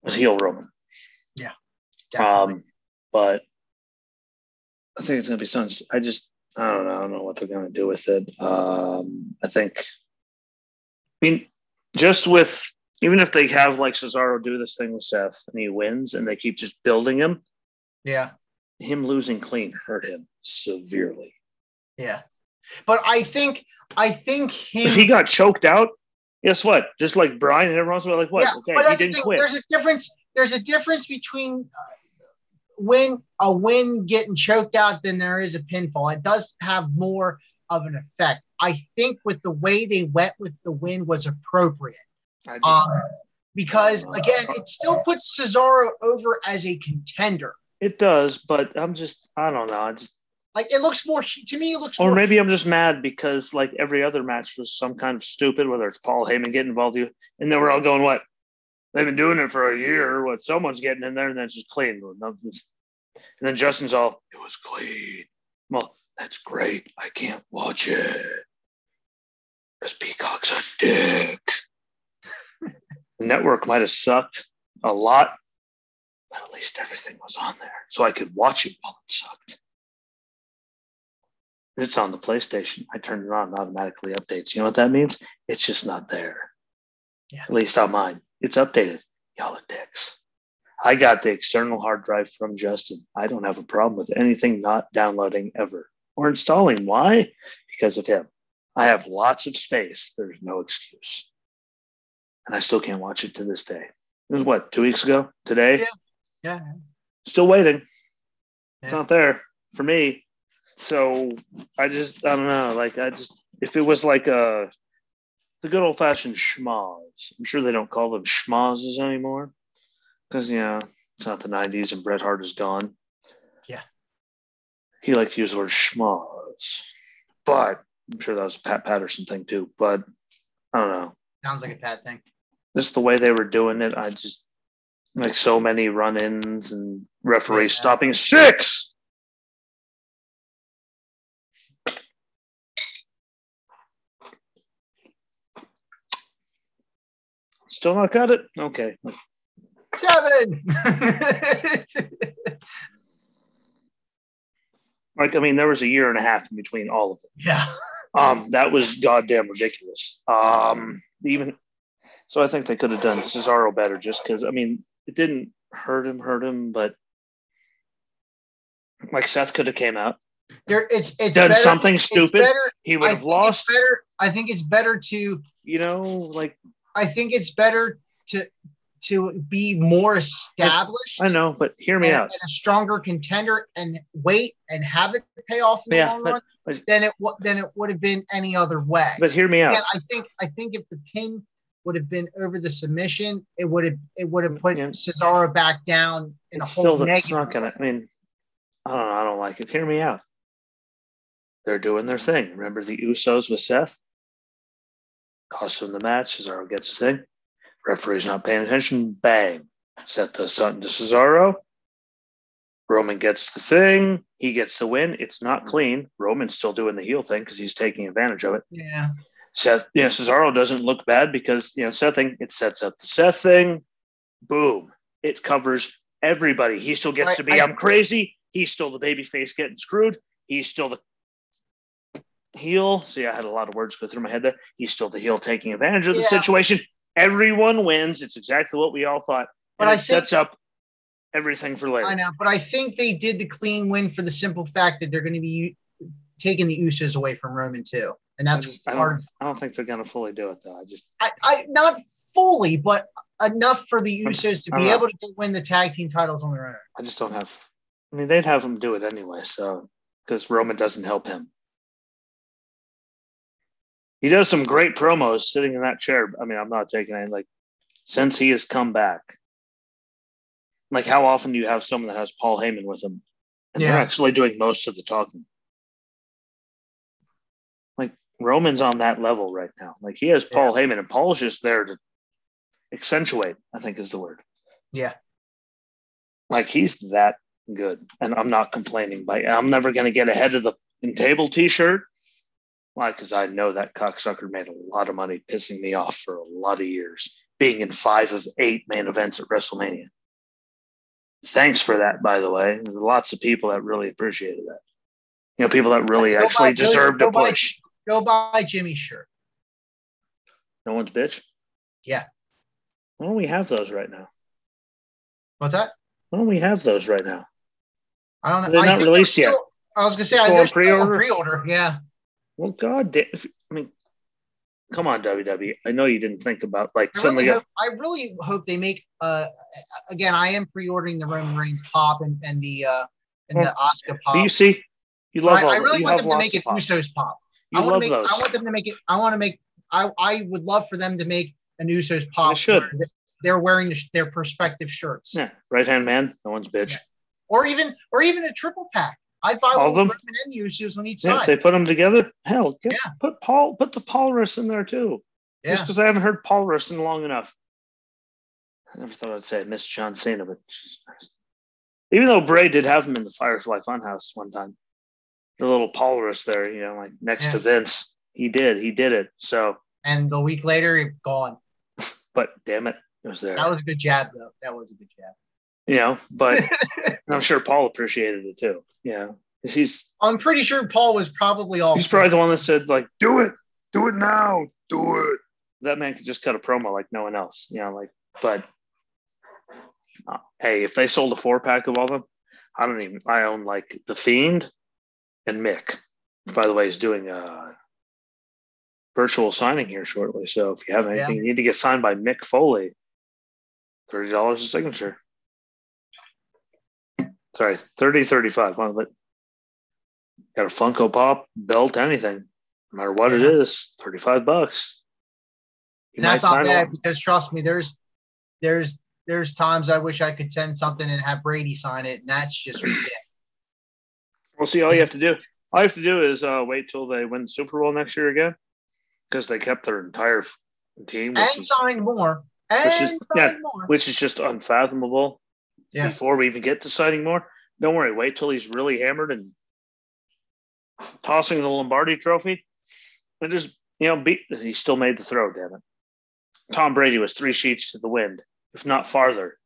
S1: Was heel Roman.
S2: definitely. Um,
S1: Um, but I think it's gonna be Suns. I just I don't know. I don't know what they're gonna do with it. Um, I think. I mean, just with even if they have like Cesaro do this thing with Seth and he wins and they keep just building him,
S2: Yeah.
S1: him losing clean hurt him severely.
S2: Yeah. But I think I think him
S1: If he got choked out, guess what? Just like Brian and everyone's like, what? okay,
S2: but
S1: he
S2: that's the
S1: didn't
S2: thing,
S1: quit.
S2: There's a difference. There's a difference between uh, win a win getting choked out than there is a pinfall. It does have more of an effect. I think with the way they went with the win was appropriate
S1: I just-
S2: um, because again, it still puts Cesaro over as a contender.
S1: it does, but I'm just I don't know. I just
S2: Like it looks more to me. It looks
S1: or
S2: more
S1: maybe I'm just mad because like every other match was some kind of stupid, whether it's Paul Heyman getting involved, you and then we're all going, What? They've been doing it for a year, what someone's getting in there, and then it's just clean. Nothing's- And then Justin's all, it was clean. Well, that's great. I can't watch it. Because Peacock's a dick. the network might have sucked a lot, but at least everything was on there. So I could watch it while it sucked. It's on the PlayStation. I turned it on and automatically updates. You know what that means? It's just not there.
S2: Yeah.
S1: At least on mine. It's updated. Y'all are dicks. I got the external hard drive from Justin. I don't have a problem with anything not downloading ever or installing. Why? Because of him. I have lots of space. There's no excuse. And I still can't watch it to this day. It was what, two weeks ago? Today?
S2: Yeah. Yeah.
S1: Still waiting. It's
S2: Yeah.
S1: not there for me. So I just, I don't know. Like, I just, if it was like a, the good old fashioned schmoz, I'm sure they don't call them schmozes anymore because, you know, it's not the 90s and Bret Hart is gone.
S2: Yeah.
S1: He liked to use the word schmoz, but I'm sure that was a Pat Patterson thing too. But I don't know
S2: sounds like a bad thing.
S1: just the way they were doing it, I just like so many run-ins and referees
S2: Yeah.
S1: stopping six. Still not got it? Okay.
S2: Seven.
S1: Like I mean, there was a year and a half in between all of it.
S2: yeah.
S1: Um, that was goddamn ridiculous. Um, even so, I think they could have done Cesaro better just because I mean, it didn't hurt him, hurt him, but like Seth could have came out,
S2: There. It's it's
S1: done
S2: better-
S1: something
S2: it's
S1: stupid,
S2: better-
S1: he would
S2: I
S1: have
S2: think it's
S1: lost,
S2: Better, I think it's better to.
S1: you know, like
S2: I think it's better to to be more established.
S1: I know, but hear me
S2: and,
S1: out.
S2: and a stronger contender, and wait and have it pay off in the
S1: Yeah,
S2: long
S1: but-
S2: run.
S1: but-
S2: than it wa- than it would have been any other way.
S1: But hear me out.
S2: Again, I think I think if the pin would have been over the submission, it would have it would have put
S1: Yeah.
S2: Cesaro back down in a
S1: It's
S2: whole
S1: the- it's
S2: negative.
S1: not gonna. I mean, I don't. know, I don't like it. Hear me out. They're doing their thing. Remember the Usos with Seth? Cost them the match. Cesaro gets his thing. Referee's not paying attention. Bang. Seth does something to Cesaro. Roman gets the thing. He gets the win. It's not clean. Roman's still doing the heel thing because he's taking advantage of it.
S2: yeah,
S1: Seth, you know, Cesaro doesn't look bad because you know Seth thing. It sets up the Seth thing. Boom! It covers everybody. He still gets
S2: Right,
S1: to be.
S2: I-
S1: I, am crazy. He's still the baby face getting screwed. He's still the heel. See, I had a lot of words go through my head there. He's still the heel taking advantage of the
S2: Yeah.
S1: situation. Everyone wins. It's exactly what we all thought.
S2: But
S1: and
S2: I
S1: it
S2: think-
S1: sets up everything for later.
S2: I know, but I think they did the clean win for the simple fact that they're going to be u- taking the Usos away from Roman too, and that's
S1: I just- I
S2: part of
S1: I don't think they're gonna fully do it though. I just
S2: I, I not fully, but enough for the Usos to
S1: I don't
S2: be
S1: know.
S2: able to win the tag team titles on their own.
S1: I just don't have. I mean, they'd have him do it anyway, so because Roman doesn't help him. He does some great promos sitting in that chair. I mean, I'm not taking it. Like, since he has come back, like how often do you have someone that has Paul Heyman with him, and
S2: Yeah.
S1: they're actually doing most of the talking? Like Roman's on that level right now. Like he has Paul Heyman, and Paul's just there to accentuate. I think is the word.
S2: Yeah.
S1: Like he's that good, and I'm not complaining. By I'm never gonna get ahead of the in table T-shirt. Why? Because I know that cocksucker made a lot of money pissing me off for a lot of years, being in five of eight main events at WrestleMania. Thanks for that, by the way. There's lots of people that really appreciated that. You know, people that really
S2: Go buy-
S1: actually
S2: go-
S1: deserved
S2: go
S1: a
S2: buy-
S1: push.
S2: Go buy Jimmy's shirt.
S1: No one's bitch.
S2: Yeah.
S1: Why don't we have those right now?
S2: What's that?
S1: Why don't we have those right now?
S2: I don't know.
S1: They're
S2: I
S1: not
S2: think
S1: released
S2: they're
S1: yet.
S2: still- I was gonna say
S1: They're
S2: I
S1: still on
S2: there's still on
S1: pre-order?
S2: pre-order. Yeah.
S1: Well, God, da- if- I mean, come on, WWE. I know you didn't think about like
S2: I
S1: suddenly.
S2: really,
S1: go-
S2: hope, I really hope they make. Uh, again, I am pre-ordering the Roman Reigns pop and, and the uh, and
S1: Hmm.
S2: the Oscar pop.
S1: Do you see? You
S2: But
S1: love.
S2: I,
S1: all
S2: I
S1: that.
S2: really
S1: You
S2: want
S1: have
S2: them to
S1: lots
S2: make
S1: of
S2: it
S1: pop.
S2: Usos pop.
S1: You
S2: I want
S1: love
S2: to make.
S1: those.
S2: I want them to make it. I want to make. I I would love for them to make an Usos
S1: They
S2: pop.
S1: should.
S2: where They're wearing the, sh- their perspective shirts,
S1: Yeah, right hand man. No one's bitch.
S2: Yeah. or even or even a triple pack. I'd buy
S1: All of
S2: one with
S1: them?
S2: Roman and the Usos on each
S1: Yeah, if
S2: side.
S1: they put them together. Hell, get,
S2: Yeah.
S1: put Paul, put the Paul Russ in there too.
S2: Yeah.
S1: Just because I haven't heard Paul Russ in long enough. I never thought I'd say I missed John Cena, but Jesus Christ. even though Bray did have him in the Firefly Funhouse one time, the little Paul Russ there, you know, like next to
S2: Yeah.
S1: Vince, he did, he did it. So,
S2: And the week later, gone.
S1: but damn it, it was there.
S2: That was a good jab, though. That was a good jab.
S1: you know, but and I'm sure Paul appreciated it too. You know, 'Cause he's
S2: I'm pretty sure Paul was probably all.
S1: He's probably the one that said like, "Do it, do it now, do it." That man could just cut a promo like no one else, you know. Like, but uh, hey, if they sold a four pack of all them, I don't even. I own like the Fiend and Mick. By the way, is doing a virtual signing here shortly. So if you have
S2: Yeah.
S1: anything you need to get signed by Mick Foley, thirty dollars a signature. Sorry, 30 35 One of it got a Funko Pop belt, anything, no matter what it
S2: Yeah.
S1: is, thirty five bucks. You
S2: And that's
S1: might
S2: not
S1: sign
S2: bad
S1: one.
S2: because trust me, there's there's there's times I wish I could send something and have Brady sign it, and that's just ridiculous.
S1: We'll see. All you have to do, all you have to do is uh, wait till they win the Super Bowl next year again, because they kept their entire f- team,
S2: and
S1: which is,
S2: signed more. And
S1: is-
S2: signed
S1: yeah.
S2: more.
S1: which is just unfathomable.
S2: Yeah.
S1: Before we even get to signing more, don't worry. Wait till he's really hammered and tossing the Lombardi Trophy, and just you know, beat. He still made the throw. Damn it! Tom Brady was three sheets to the wind, if not farther.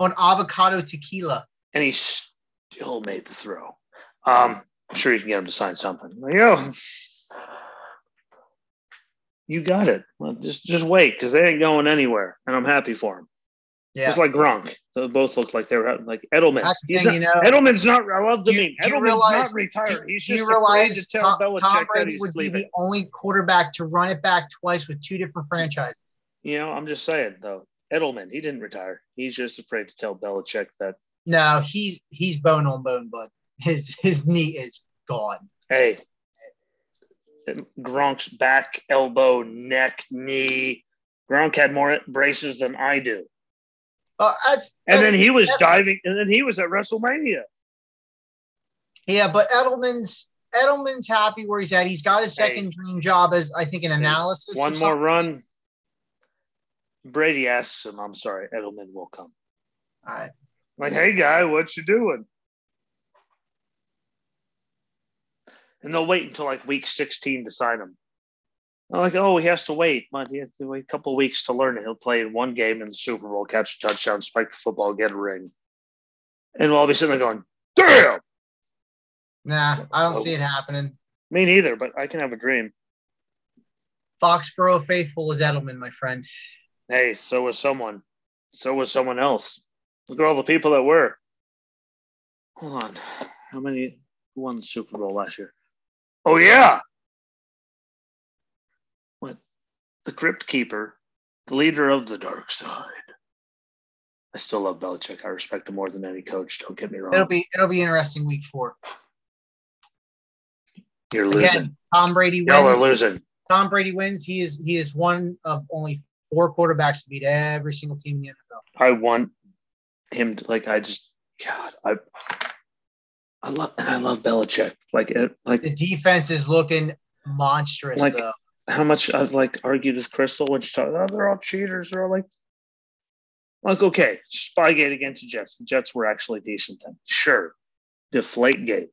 S2: On avocado tequila.
S1: and he still made the throw. Um, I'm sure you can get him to sign something. Like, yo, you got it. Well, just just wait because they ain't going anywhere, and I'm happy for him.
S2: Yeah.
S1: It's like Gronk. They both look like they were like Edelman.
S2: that's the
S1: He's
S2: thing,
S1: not-
S2: you know.
S1: Edelman's not. I love the
S2: Do you-
S1: meme.
S2: do you
S1: Edelman's
S2: realize-
S1: not retired. He's just
S2: Do you
S1: afraid
S2: realize
S1: to tell
S2: Tom,
S1: Belichick
S2: Tom
S1: that
S2: Brady
S1: he's
S2: would be
S1: leaving.
S2: the only quarterback to run it back twice with two different franchises?
S1: You know, I'm just saying though. Edelman, he didn't retire. He's just afraid to tell Belichick that,
S2: No, he's he's bone on bone, but his his knee is gone.
S1: hey, Gronk's back, elbow, neck, knee. Gronk had more braces than I do.
S2: But Uh, that's,
S1: And
S2: that's-
S1: then he was
S2: that's-
S1: diving, and then he was at WrestleMania.
S2: Yeah, but Edelman's Edelman's happy where he's at. He's got his second dream job as I think an analysis. or
S1: One more
S2: something.
S1: run. Brady asks him, I'm sorry, Edelman will come.
S2: All right.
S1: Like, hey guy, what you doing? And they'll wait until like week 16 to sign him. I'm like, oh, he has to wait. But he has to wait a couple weeks to learn it. He'll play in one game in the Super Bowl, catch a touchdown, spike the football, get a ring. And we'll all be sitting there going, damn,
S2: Nah, I don't see it happening.
S1: me neither, but I can have a dream.
S2: Foxborough faithful is Edelman, my friend.
S1: Hey, so was someone. So was someone else. Look at all the people that were. Hold on. How many who won the Super Bowl last year? Oh yeah. What? The Crypt Keeper, the leader of the dark side. I still love Belichick. I respect him more than any coach. Don't get me wrong.
S2: It'll be it'll be interesting week four.
S1: You're
S2: Again,
S1: losing.
S2: Tom Brady
S1: Y'all are
S2: wins.
S1: losing.
S2: Tom Brady wins. He is he is one of only four quarterbacks to beat every single team in the NFL.
S1: I want him to like. I just God. I. I love and I love Belichick. Like it, like
S2: The defense is looking monstrous
S1: Like-
S2: though.
S1: how much I've like argued with Crystal when she talked, oh, they're all cheaters. They're all like, like okay, Spygate against the Jets. The Jets were actually decent then. Sure, Deflategate.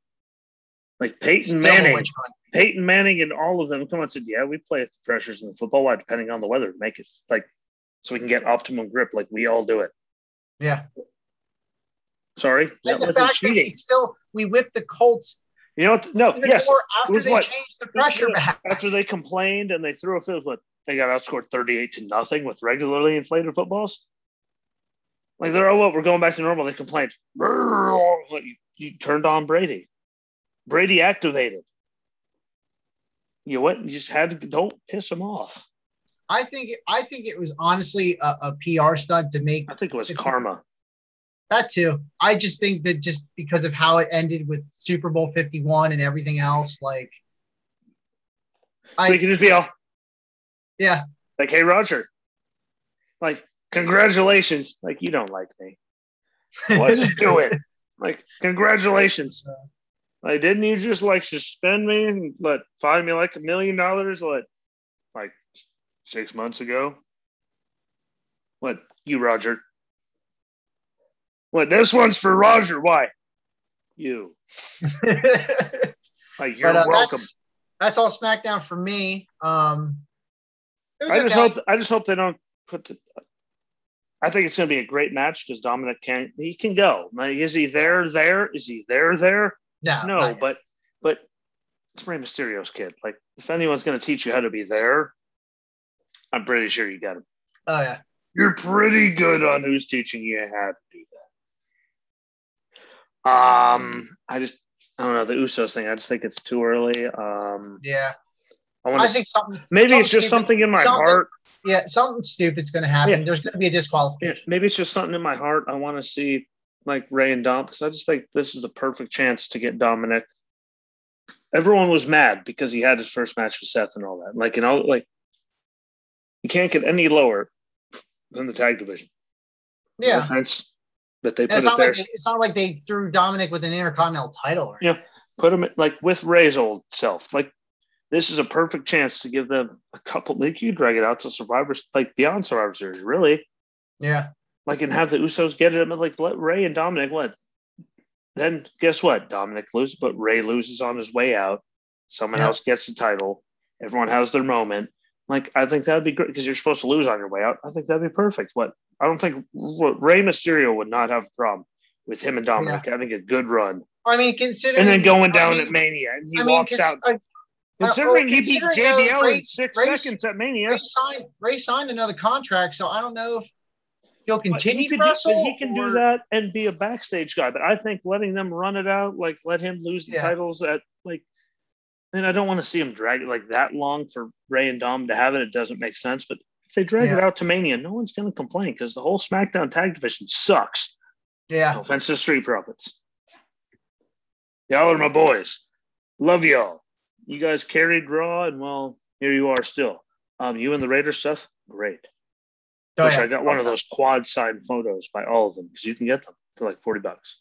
S1: Like Peyton
S2: Still a
S1: Manning,
S2: witch hunt.
S1: Peyton Manning, and all of them come on and said, yeah, we play with the pressures in the football wide, depending on the weather, to make it like so we can get optimum grip, like we all do it.
S2: Yeah.
S1: Sorry, that
S2: And the
S1: wasn't
S2: fact that we
S1: cheating.
S2: still we whipped the Colts
S1: You know what? No,
S2: even
S1: yes,
S2: more
S1: It
S2: after
S1: was
S2: they
S1: what?
S2: changed the pressure back.
S1: after they complained and they threw a field, what they got outscored 38 to nothing with regularly inflated footballs. Like they're oh what we're going back to normal. They complained. Like, You, you turned on Brady. Brady activated. You know what? You just had to don't piss him off.
S2: I think I think it was honestly a, a PR stunt to make
S1: I think it was
S2: It's-
S1: karma.
S2: that too. I just think that just because of how it ended with Super Bowl Fifty One and everything else, like
S1: So
S2: I-
S1: you can just be all
S2: yeah,
S1: like, hey Roger, like congratulations. Like you don't like me. Let's do it. Like, congratulations. Like, didn't you just like suspend me and let find me like a million dollars like like six months ago? What you Roger? What this one's for Roger? Why? You. Like you're
S2: But, uh,
S1: welcome.
S2: That's, that's all SmackDown for me. Um, it was
S1: I just
S2: okay.
S1: hope I just hope they don't put the I think it's gonna be a great match because Dominic can he can go. Like, is he there there? Is he there there?
S2: no,
S1: no,
S2: not-
S1: but but it's Rey Mysterio's kid. Like, if anyone's going to teach you how to be there, I'm pretty sure you got him.
S2: oh yeah.
S1: You're pretty good on who's teaching you how to do that. Um, I just I don't know the Usos thing. I just think it's too early. Um,
S2: Yeah,
S1: I
S2: I
S1: want to.
S2: think something.
S1: Maybe it's
S2: something
S1: just
S2: stupid-
S1: something in my
S2: something-
S1: heart.
S2: Yeah, something stupid's going to happen.
S1: Yeah.
S2: There's going to be a disqualification.
S1: Yeah, maybe it's just something in my heart. I want to see like Ray and Dom because I just think this is the perfect chance to get Dominic. Everyone was mad because he had his first match with Seth and all that. Like, you know, like you can't get any lower than the tag division. No
S2: Yeah,
S1: offense, but they
S2: And
S1: put
S2: it's
S1: it
S2: not
S1: there.
S2: like it's not like they threw Dominic with an Intercontinental title. Or
S1: Yeah. put him like with Ray's old self. Like this is a perfect chance to give them a couple. Like you drag it out to Survivors, like beyond Survivor Series, really.
S2: yeah,
S1: like and have the Usos get it. I'm like, let Ray and Dominic win. Then guess what? Dominic loses, but Ray loses on his way out. Someone
S2: Yeah.
S1: else gets the title. Everyone has their moment. Like, I think that'd be great because you're supposed to lose on your way out. I think that'd be perfect. What I don't think what, Ray Mysterio would not have a problem with him and Dominic having a good run
S2: I mean, considering
S1: and then going down
S2: I mean,
S1: at Mania and he
S2: I mean,
S1: walks
S2: cons-
S1: out.
S2: uh,
S1: Considering
S2: well,
S1: he beat
S2: considering,
S1: JBL
S2: uh, Ray-
S1: in six
S2: Ray-
S1: seconds at Mania,
S2: Ray signed Ray signed another contract, so I don't know if he'll
S1: But he
S2: continue
S1: could
S2: to
S1: do- but
S2: wrestle.
S1: he can
S2: or-
S1: do that and be a backstage guy. But I think letting them run it out, like let him lose the
S2: Yeah.
S1: titles at like, and I don't want to see him drag it like that long for Ray and Dom to have it. It doesn't make sense. But if they drag it
S2: Yeah.
S1: out to Mania, no one's going to complain because the whole SmackDown tag division sucks.
S2: Yeah,
S1: No offense to Street Profits. Y'all are my boys. Love y'all. You guys carried Raw, and well, here you are still. Um, you and the Raiders stuff, great.
S2: Oh,
S1: Wish
S2: yeah.
S1: I got one of those quad signed photos by all of them because you can get them for like 40 bucks.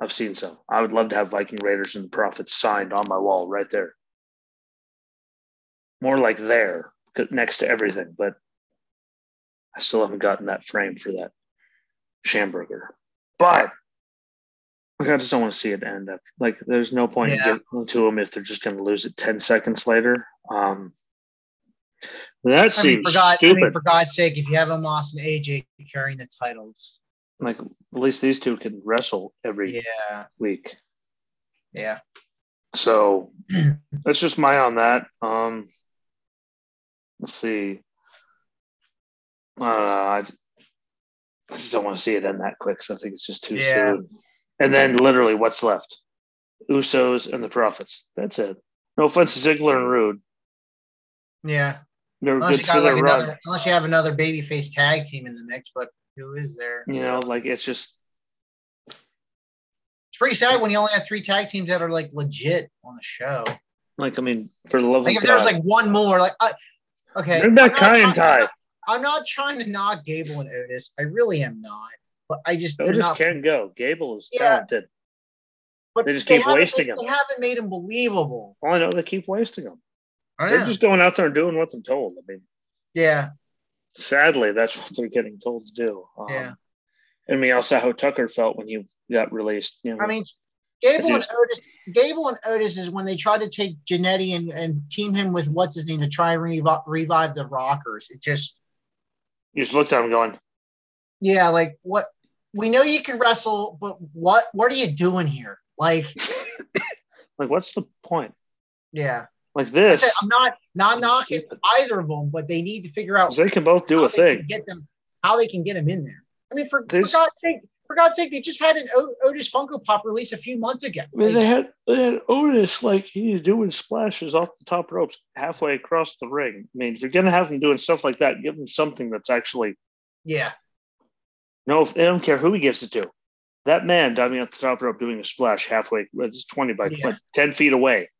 S1: I've seen some. I would love to have Viking Raiders and the Prophets signed on my wall right there. More like there 'cause- next to everything, but I still haven't gotten that frame for that Shamburger. But like, I just don't want to see it end up. Like, there's no point
S2: Yeah.
S1: in getting to them if they're just going to lose it 10 seconds later. Um, that
S2: I mean,
S1: seems
S2: for God, I
S1: stupid.
S2: mean, for God's sake, if you have Omos and AJ carrying the titles,
S1: like at least these two can wrestle every
S2: yeah,
S1: week.
S2: yeah,
S1: So that's just my on that. Um, let's see. Uh, I j- I just don't want to see it end that quick because I think it's just too
S2: Yeah.
S1: soon. And then literally, what's left? Usos and the Profits. That's it. No offense to Ziggler and Rude.
S2: yeah.
S1: They're
S2: Unless
S1: good
S2: you
S1: for
S2: got
S1: their
S2: like
S1: run.
S2: another, unless you have another babyface tag team in the mix, but who is there?
S1: You know, like it's just
S2: It's pretty sad when you only have three tag teams that are like legit on the show.
S1: like I mean, for the love
S2: Like
S1: of
S2: if
S1: Oh God,
S2: there's like one more, like I, okay,
S1: bring back
S2: I'm
S1: Kai and
S2: not- I'm
S1: Ty.
S2: not- I'm not trying to knock Gable and Otis. I really am not, but I just they're
S1: They just
S2: not-
S1: can't go. Gable is
S2: Yeah.
S1: talented.
S2: but
S1: they just keep
S2: haven't
S1: wasting
S2: made-
S1: them.
S2: They haven't made him believable.
S1: All I know, they keep wasting them. They're
S2: Yeah.
S1: just going out there and doing what they're told. I mean,
S2: yeah,
S1: sadly, that's what they're getting told to do. Um,
S2: Yeah.
S1: And we also how Tucker felt when he got released. You know,
S2: I mean, Gable and
S1: It's
S2: Otis. Gable and Otis is when they tried to take Janetti and, and team him with what's his name to try and revive, revive the Rockers. It just
S1: you just looked at him going,
S2: yeah, like what we know you can wrestle, but what what are you doing here? Like,
S1: Like, what's the point?
S2: yeah,
S1: Like
S2: I
S1: this,
S2: said, I'm not not
S1: is
S2: knocking
S1: stupid.
S2: either of them, but they need to figure out
S1: they can both do
S2: how
S1: a
S2: they can
S1: thing.
S2: Get them how they can get them in there. I mean, for, for
S1: There's-
S2: God's sake, for God's sake, they just had an o- Otis Funko Pop release a few months ago.
S1: I mean,
S2: Like,
S1: they had they had Otis like he's doing splashes off the top ropes halfway across the ring. I mean, if you're gonna have him doing stuff like that, give him something that's actually
S2: yeah,
S1: no. They don't care who he gives it to. That man diving off the top rope doing a splash halfway. It's twenty by
S2: Yeah.
S1: 20, ten feet away.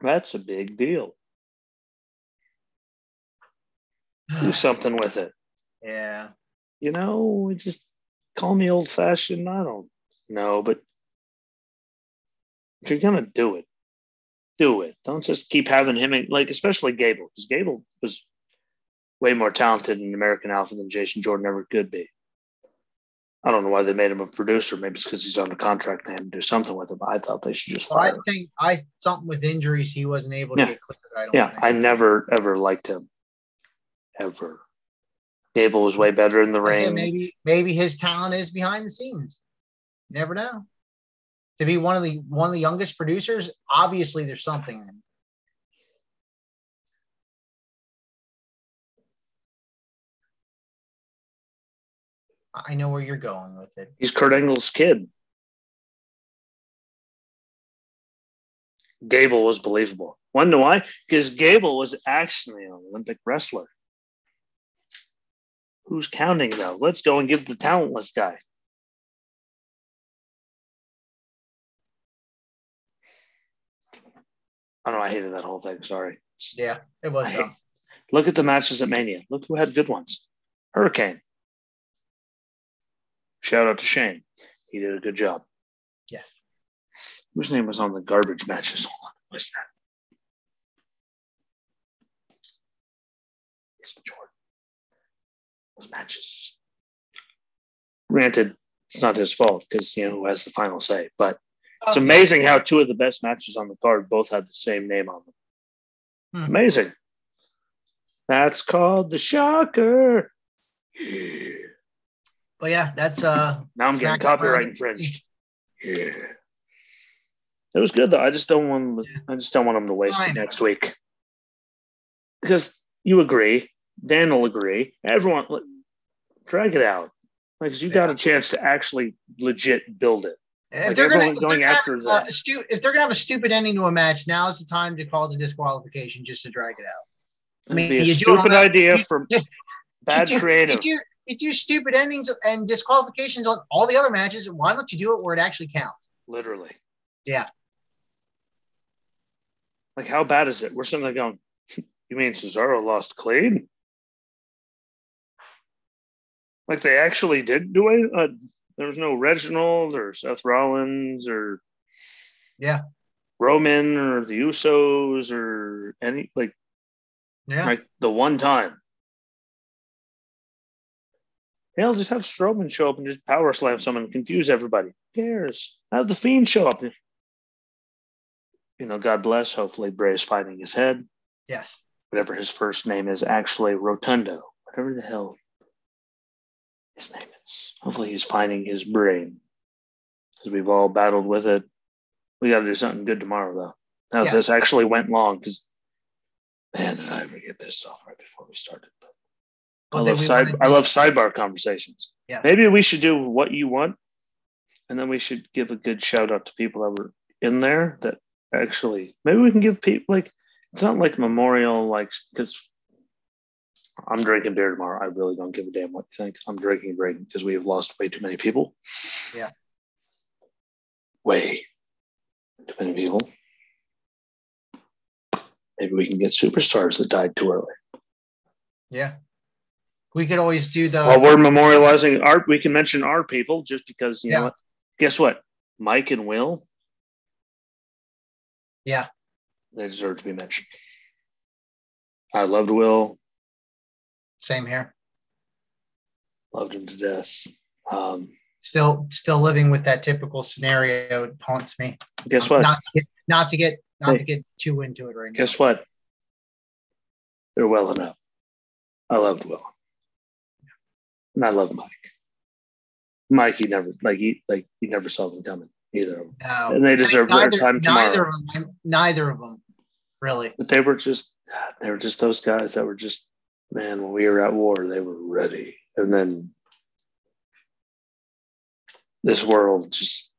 S1: That's a big deal. Do something with it.
S2: yeah.
S1: You know, it just call me old fashioned. I don't know, but if you're gonna do it, do it. Don't just keep having him in, like, especially Gable, because Gable was way more talented in American Alpha than Jason Jordan ever could be. I don't know why they made him a producer. Maybe it's because he's under contract. They had to do something with him. I thought they should just
S2: But I
S1: fire him.
S2: think I something with injuries he wasn't able
S1: Yeah.
S2: to get cleared. I don't
S1: Yeah,
S2: think.
S1: I never ever liked him, ever. Gable was way better in the
S2: I said
S1: ring.
S2: maybe maybe his talent is behind the scenes. You never know. To be one of the one of the youngest producers, obviously there's something. I I know where you're going with it.
S1: He's Kurt Angle's kid. Gable was believable. One know why? Because Gable was actually an Olympic wrestler. Who's counting though? Let's go and give the talentless guy. I don't know. I hated that whole thing. Sorry.
S2: Yeah, it was. um,
S1: I hate-
S2: dumb.
S1: Look at the matches at Mania. Look who had good ones. Hurricane. Shout out to Shane. He did a good job.
S2: Yes.
S1: Whose name was on the garbage matches? Hold on. What's that? It's Jordan. Those matches. Granted, it's not his fault because you know who has the final say, but it's amazing how two of the best matches on the card both had the same name on them.
S2: Hmm.
S1: Amazing. That's called the shocker.
S2: But yeah, that's uh
S1: Now I'm getting
S2: Smack
S1: copyright
S2: Brown.
S1: infringed. Yeah. It was good though. I just don't want I just don't want them to waste
S2: I
S1: it
S2: know.
S1: next week. Because you agree, Dan will agree, everyone look, drag it out. Like 'cause you got
S2: Yeah.
S1: a chance to actually legit build it.
S2: if
S1: Like,
S2: they're gonna,
S1: everyone's
S2: if they're
S1: going
S2: gonna have
S1: after
S2: a
S1: that.
S2: stu- if they're gonna have a stupid ending to a match, now is the time to cause a disqualification just to drag it out. I mean,
S1: It'd be a
S2: you do it on
S1: stupid
S2: the-
S1: idea
S2: you-
S1: for
S2: you-
S1: bad
S2: you do-
S1: creative.
S2: You do, you do stupid endings and disqualifications on all the other matches. Why don't you do it where it actually counts?
S1: Literally.
S2: Yeah.
S1: Like, how bad is it? We're sitting there going, you mean Cesaro lost clean? Like, they actually did do it? Uh, there was no Reginald or Seth Rollins or.
S2: Yeah.
S1: Roman or the Usos or any, like,
S2: Yeah.
S1: like the one time. Hell, just have Strowman show up and just power slam someone and confuse everybody. Who cares? Have the Fiend show up. You know, God bless. Hopefully, Bray is fighting his head.
S2: Yes.
S1: Whatever his first name is, actually Rotundo. Whatever the hell his name is. Hopefully, he's finding his brain. Because we've all battled with it. We got to do something good tomorrow, though. Now,
S2: Yes.
S1: this actually went long because, man, did I ever get pissed off right before we started. But I
S2: But then
S1: love
S2: we
S1: side.
S2: wanted-
S1: I love sidebar conversations.
S2: Yeah.
S1: Maybe we should do what you want, and then we should give a good shout out to people that were in there. That actually, maybe we can give people like it's not like memorial like because I'm drinking beer tomorrow. I really don't give a damn what you think. I'm drinking beer because we have lost way too many people.
S2: Yeah.
S1: Way too many people. Maybe we can get superstars that died too early.
S2: Yeah. We could always do the.
S1: While we're memorializing our, we can mention our people just because you know
S2: Yeah.
S1: what? Guess what? Mike and Will.
S2: Yeah.
S1: They deserve to be mentioned. I loved Will,
S2: same here.
S1: loved him to death. Um,
S2: Still, still living with that typical scenario it haunts me.
S1: guess what?
S2: Not to get, not to get, not
S1: Hey.
S2: to get too into it right now.
S1: guess what? They're well enough. I loved Will. And I love Mike. Mike, you never like you like you never saw them coming either of them,
S2: No.
S1: and they deserve their
S2: Oh, neither,
S1: time
S2: neither
S1: tomorrow.
S2: of them. Neither of them. Really.
S1: But they were just they were just those guys that were just man. When we were at war, they were ready, and then this world just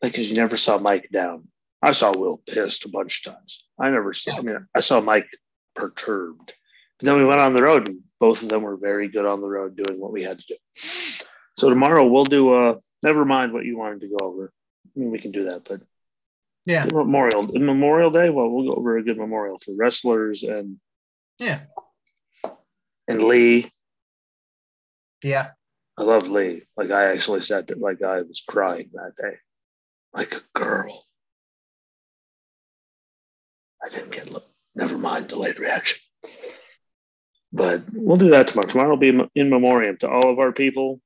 S1: because you never saw Mike down. I saw Will pissed a bunch of times. I never saw. I mean, I saw Mike perturbed. But then we went on the road, and both of them were very good on the road, doing what we had to do. So tomorrow we'll do. Uh, never mind what you wanted to go over. I mean, we can do that, but
S2: Yeah.
S1: Memorial Memorial Day. Well, we'll go over a good memorial for wrestlers and
S2: Yeah.
S1: and Lee.
S2: Yeah.
S1: I love Lee. Like I actually said that. Like I was crying that day, like a girl. I didn't get. Look, never mind delayed reaction. But we'll do that tomorrow. Tomorrow will be in memoriam to all of our people.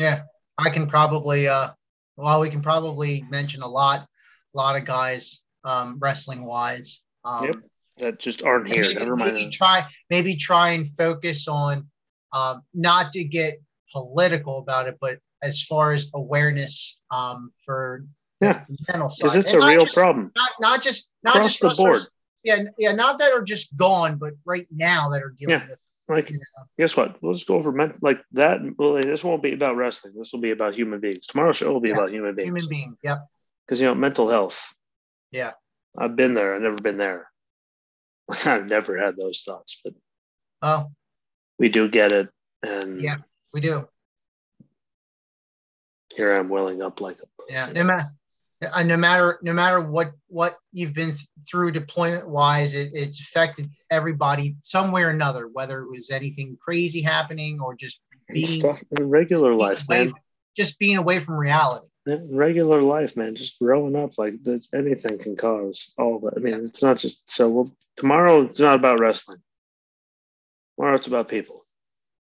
S2: I can probably. Uh, well, we can probably mention a lot, a lot of guys, um, wrestling wise. Um,
S1: Yep. that just aren't
S2: And
S1: here.
S2: Maybe,
S1: Never
S2: maybe
S1: mind.
S2: try maybe try and focus on um, not to get political about it, but as far as awareness um, for
S1: Yeah.
S2: the mental side,
S1: Because it's
S2: And
S1: a
S2: not
S1: real
S2: just-
S1: problem
S2: Not not just not
S1: across
S2: just
S1: the board.
S2: wrestlers. Yeah, yeah, not that are just gone, but right now that are dealing
S1: Yeah.
S2: with.
S1: Like,
S2: You
S1: guess what? We'll just go over men- like that. Well, this won't be about wrestling. This will be about human beings. Tomorrow's show will be
S2: Yeah.
S1: about human beings.
S2: Human being. Yep.
S1: because you know mental health.
S2: Yeah.
S1: I've been there. I've never been there. I've never had those thoughts, but
S2: Oh,
S1: we do get it, and
S2: Yeah. we do.
S1: here I'm welling up like a
S2: Yeah. No matter. No matter, no matter what what you've been th- through deployment wise, it, it's affected everybody some way or another. Whether it was anything crazy happening or just
S1: and
S2: being-
S1: stuff in regular
S2: being
S1: life,
S2: away-
S1: man.
S2: just being away from reality.
S1: In regular life, man. Just growing up, like that's anything can cause all that. I mean, it's not just so. Well, tomorrow it's not about wrestling. Tomorrow it's about people,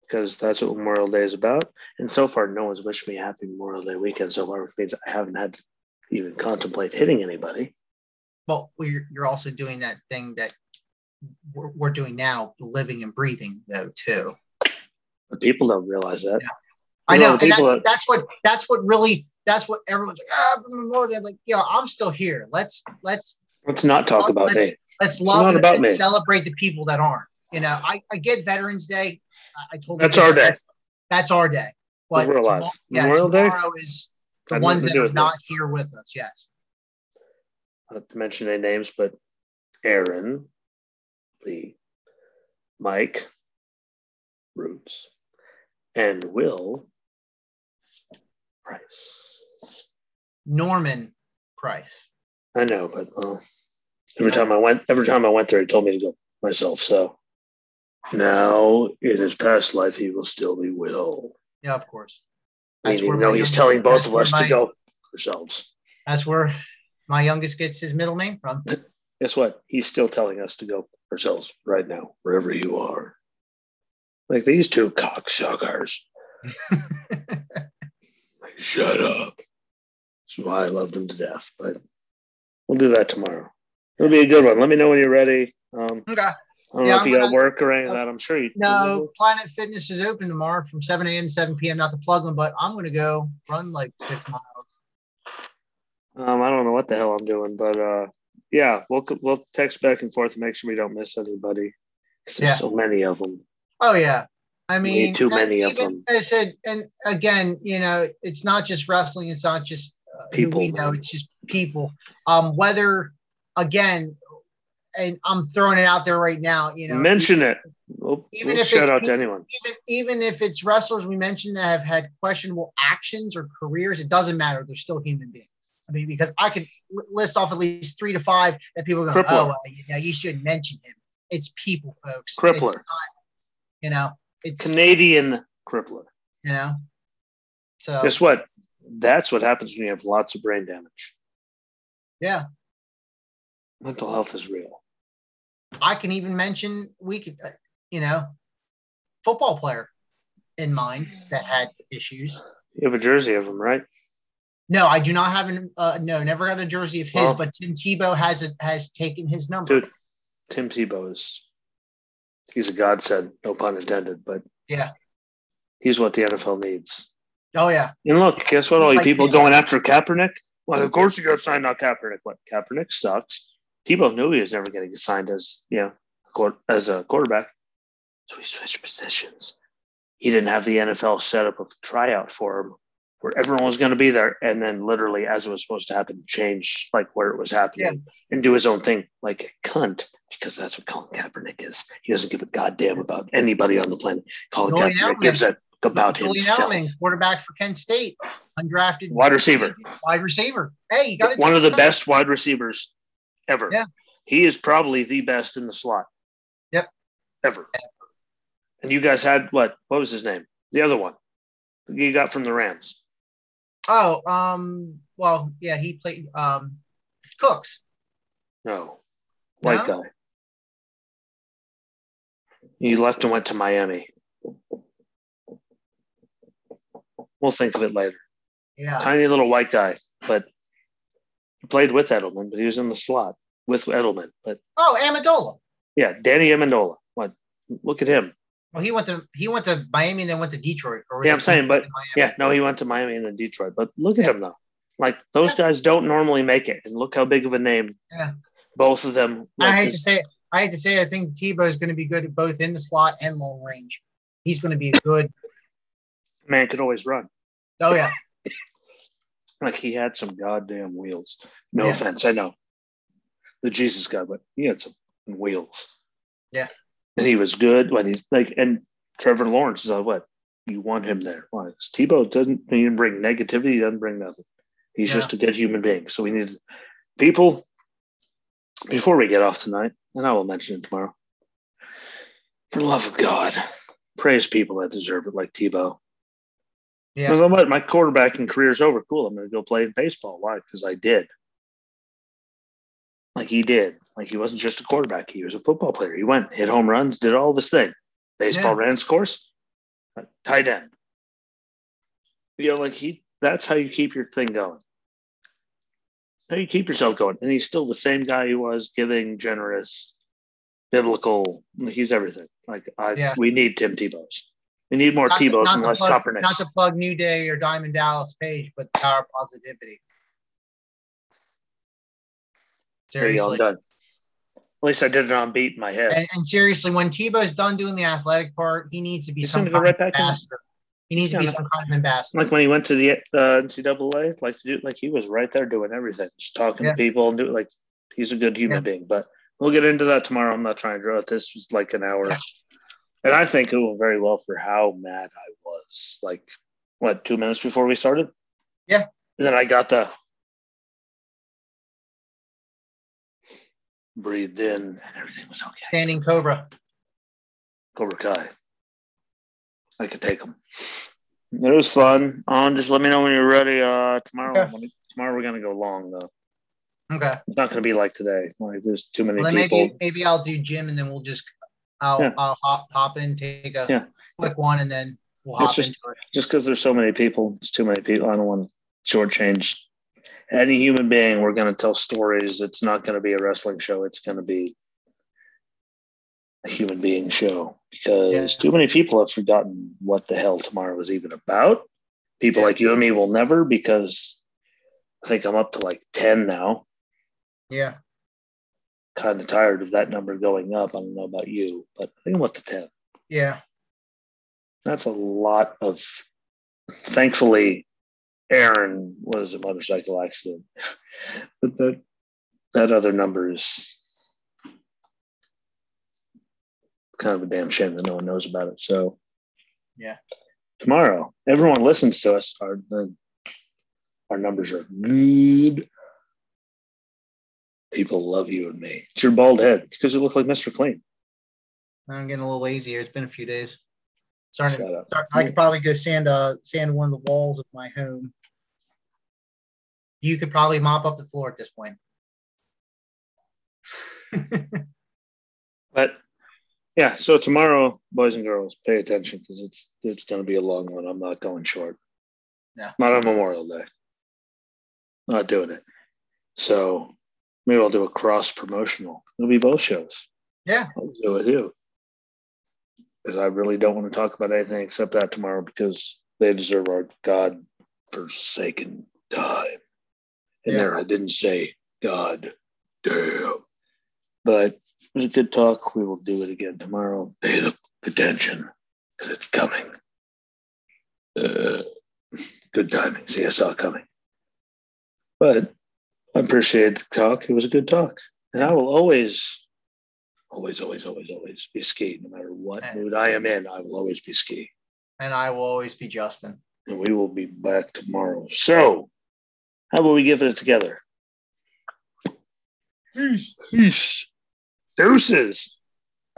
S1: because that's what Memorial Day is about. And so far, no one's wished me happy Memorial Day weekend so far, which means I haven't had to even contemplate hitting anybody.
S2: But we're, you're also doing that thing that we're, we're doing now, living and breathing though too.
S1: But people don't realize that.
S2: Yeah. I
S1: You
S2: know, and that's,
S1: people that,
S2: that's what that's what really that's what everyone's like. Ah, but Memorial Day, like, yo, I'm still here. Let's let's
S1: let's not talk
S2: Well,
S1: about
S2: let's-
S1: me.
S2: let's
S1: not
S2: love and,
S1: about
S2: and
S1: me.
S2: celebrate the people that aren't. You know, I, I get Veterans Day. I, I told
S1: That's
S2: everyone
S1: our day.
S2: That's, that's our day. But
S1: We're alive.
S2: tomo- yeah,
S1: Memorial Day?
S2: tomorrow is the
S1: Had
S2: ones
S1: nothing to
S2: that
S1: do
S2: are
S1: with me.
S2: not here with us. Yes.
S1: Not to mention their names, but Aaron, Lee, Mike, Roots, and Will Price.
S2: Norman Price.
S1: I know, but well, every time I went, every time I went there, he told me to go myself. So now, in his past life, he will still be Will.
S2: Yeah, of course. That's
S1: Meaning,
S2: where
S1: no,
S2: my
S1: he's
S2: youngest-
S1: telling both
S2: that's
S1: of
S2: where
S1: us
S2: my-
S1: to go ourselves.
S2: That's where my youngest gets his middle name from.
S1: guess what? He's still telling us to go ourselves right now, wherever you are. Like these two cocksuckers. like, shut up. That's why I love them to death. But we'll do that tomorrow. It'll be a good one. Let me know when you're ready. Um,
S2: Okay.
S1: I don't
S2: Yeah,
S1: know if
S2: I'm
S1: you got
S2: gonna- Oh,
S1: work or any of that. I'm sure you
S2: No, Planet Fitness is open tomorrow from 7 a.m. to 7 p.m. Not to plug them, but I'm going to go run like six miles.
S1: Um, I don't know what the hell I'm doing, but uh, yeah, we'll we'll text back and forth to make sure we don't miss anybody. 'Cause there's
S2: Yeah.
S1: so many of them.
S2: Oh yeah, I mean,
S1: too
S2: and
S1: many of them.
S2: even- I said, and again, you know, it's not just wrestling. It's not just uh,
S1: People,
S2: people. We know
S1: man.
S2: it's just people. Um, whether again, and I'm throwing it out there right now. You know,
S1: Mention it. We'll,
S2: even
S1: we'll
S2: if
S1: shout
S2: it's
S1: out
S2: pe-
S1: to anyone.
S2: even even if it's wrestlers we mentioned that have had questionable actions or careers, it doesn't matter. They're still human beings. I mean, because I could li- list off at least three to five that people go,
S1: Crippler.
S2: oh, well, you, know, you shouldn't mention him. It's people, folks. It's
S1: Crippler.
S2: not, you know, it's
S1: Canadian crippler.
S2: you know. So
S1: Guess what? That's what happens when you have lots of brain damage.
S2: yeah,
S1: Mental health is real.
S2: I can even mention we could, uh, you know, football player in mind that had issues.
S1: You have a jersey of him, right?
S2: No, I do not have an. Uh, no, never got a jersey of his,
S1: Well-
S2: but Tim Tebow has a, has taken his number.
S1: Dude, Tim Tebow is he's a godsend, no pun intended, but
S2: Yeah.
S1: He's what the NFL needs.
S2: Oh yeah.
S1: And look, guess what? All you
S2: Like
S1: people
S2: the-
S1: going after Kaepernick. Well, of course you got signed on Kaepernick. What Kaepernick sucks. Tebow knew he was never going to get signed as you know quar- as a quarterback. So he switched positions. He didn't have the NFL set up a tryout for him where everyone was going to be there, and then literally as it was supposed to happen, change like where it was happening and do his own thing like a cunt because that's what Colin Kaepernick is. He doesn't give a goddamn about anybody on the planet. Colin
S2: Julian
S1: Kaepernick
S2: Edelman.
S1: gives a about
S2: Julian
S1: himself.
S2: Edelman, quarterback for Kent State, undrafted
S1: Wide receiver.
S2: wide receiver. Hey, you got to
S1: one of the best wide receivers ever.
S2: Yeah.
S1: He is probably the best in the slot.
S2: Yep.
S1: Ever. And you guys had what? What was his name? The other one you got from the Rams.
S2: Oh, um, well, yeah, he played um, Cooks.
S1: No. White
S2: No?
S1: guy. He left and went to Miami. We'll think of it later.
S2: Yeah,
S1: Tiny little white guy, but he played with Edelman, but he was in the slot with Edelman. But
S2: Oh, Amendola.
S1: yeah, Danny Amendola. What? Look at him.
S2: Well, he went to he went to Miami and then went to Detroit. Or was
S1: Yeah,
S2: it
S1: I'm saying, but-
S2: Detroit and Miami?
S1: Yeah, no, he went to Miami and then Detroit. But look at him though. Like those guys don't normally make it, and look how big of a name.
S2: Yeah.
S1: Both of them. like,
S2: I hate to say it. I hate to say it, I think Tebow is going to be good at both in the slot and long range. He's going to be a good.
S1: this man could always run.
S2: Oh yeah,
S1: Like he had some goddamn wheels. No
S2: Yeah.
S1: offense, I know. The Jesus guy, but he had some wheels.
S2: Yeah.
S1: And he was good when he's like, and Trevor Lawrence is like, what? You want him there. Why? 'Cause Tebow doesn't he didn't bring negativity, he doesn't bring nothing. He's
S2: Yeah.
S1: just a good human being. So we need people before we get off tonight, and I will mention it tomorrow. For the love of God, praise people that deserve it, like Tebow.
S2: Yeah.
S1: No, no, but my quarterbacking career's over. Cool. I'm going to go play baseball. Why? Because I did. Like he did. Like he wasn't just a quarterback. He was a football player. He went, hit home runs, did all this thing. Baseball ran its course. Tight end. You know, like he. That's how you keep your thing going. How you keep yourself going. And he's still the same guy he was, giving, generous, biblical. He's everything. Like I,
S2: Yeah.
S1: we need Tim Tebow's. We need more
S2: Not to-
S1: Tebow's
S2: not
S1: and
S2: to
S1: less
S2: plug-
S1: Kaepernicks.
S2: not to plug New Day or Diamond Dallas Page, but the power of positivity.
S1: There you go, I'm
S2: Seriously.
S1: done. At least I did it on beat in my head.
S2: And, and seriously, when Tebow's done doing the athletic part, he needs to be
S1: He's
S2: some
S1: gonna
S2: kind
S1: go
S2: of
S1: right back in.
S2: ambassador. He needs to be
S1: Yeah.
S2: some kind of ambassador.
S1: like when he went to the uh, NCAA, like to do, like he was right there doing everything, just talking
S2: Yeah.
S1: to people and do like he's a good human
S2: Yeah.
S1: being. But we'll get into that tomorrow. I'm not trying to draw it. This was like an hour,
S2: Yeah.
S1: and I think it went very well for how mad I was. Like what two minutes before we started?
S2: Yeah.
S1: And then I got the breathed in, and everything was okay.
S2: Standing Cobra.
S1: Cobra Kai. I could take them. It was fun. Um, just let me know when you're ready. Uh, tomorrow,
S2: Okay.
S1: when- tomorrow we're gonna go long though.
S2: Okay.
S1: It's not gonna be like today. Like there's too many
S2: Well, then
S1: people.
S2: maybe maybe I'll do Jim, and then we'll just I'll
S1: Yeah.
S2: I'll hop hop in, take a
S1: Yeah.
S2: quick one, and then we'll
S1: It's
S2: hop
S1: just-
S2: into it.
S1: Just because there's so many people, it's too many people. I don't want to shortchange any human being. We're gonna tell stories. It's not gonna be a wrestling show. It's gonna be a human being show because
S2: Yeah.
S1: too many people have forgotten what the hell tomorrow was even about. people
S2: Yeah.
S1: like you and me will never because I think I'm up to like 10 now.
S2: Yeah.
S1: Kind of tired of that number going up. I don't know about you, but I think I'm up to 10.
S2: Yeah.
S1: That's a lot of. Thankfully, Aaron was a motorcycle accident, but that that other number is kind of a damn shame that no one knows about it. So,
S2: Yeah.
S1: tomorrow everyone listens to us. Our our numbers are good. People love you and me. It's your bald head. It's because you look like Mr. Clean.
S2: I'm getting a little lazy here. It's been a few days. Starting
S1: Shut
S2: to,
S1: up.
S2: start, I could probably go sand uh sand one of the walls of my home. You could probably mop up the floor at this point.
S1: But yeah, so tomorrow, boys and girls, pay attention because it's it's going to be a long one. I'm not going short.
S2: Yeah.
S1: Not on Memorial Day. Not doing it. So maybe I'll do a cross promotional. It'll be both shows.
S2: Yeah.
S1: I'll do it with you because I really don't want to talk about anything except that tomorrow because They deserve our God forsaken time. And
S2: Yeah.
S1: there I didn't say God damn. But it was a good talk. We will do it again tomorrow. Pay the attention because it's coming. Uh, good timing. See, I saw it coming. But I appreciate the talk. It was a good talk. And I will always, always, always, always, always be ski. No matter what
S2: Okay.
S1: mood I am in, I will always be ski.
S2: And I will always be Justin.
S1: And we will be back tomorrow. So, how about we give it together? Peace. Peace. Deuces.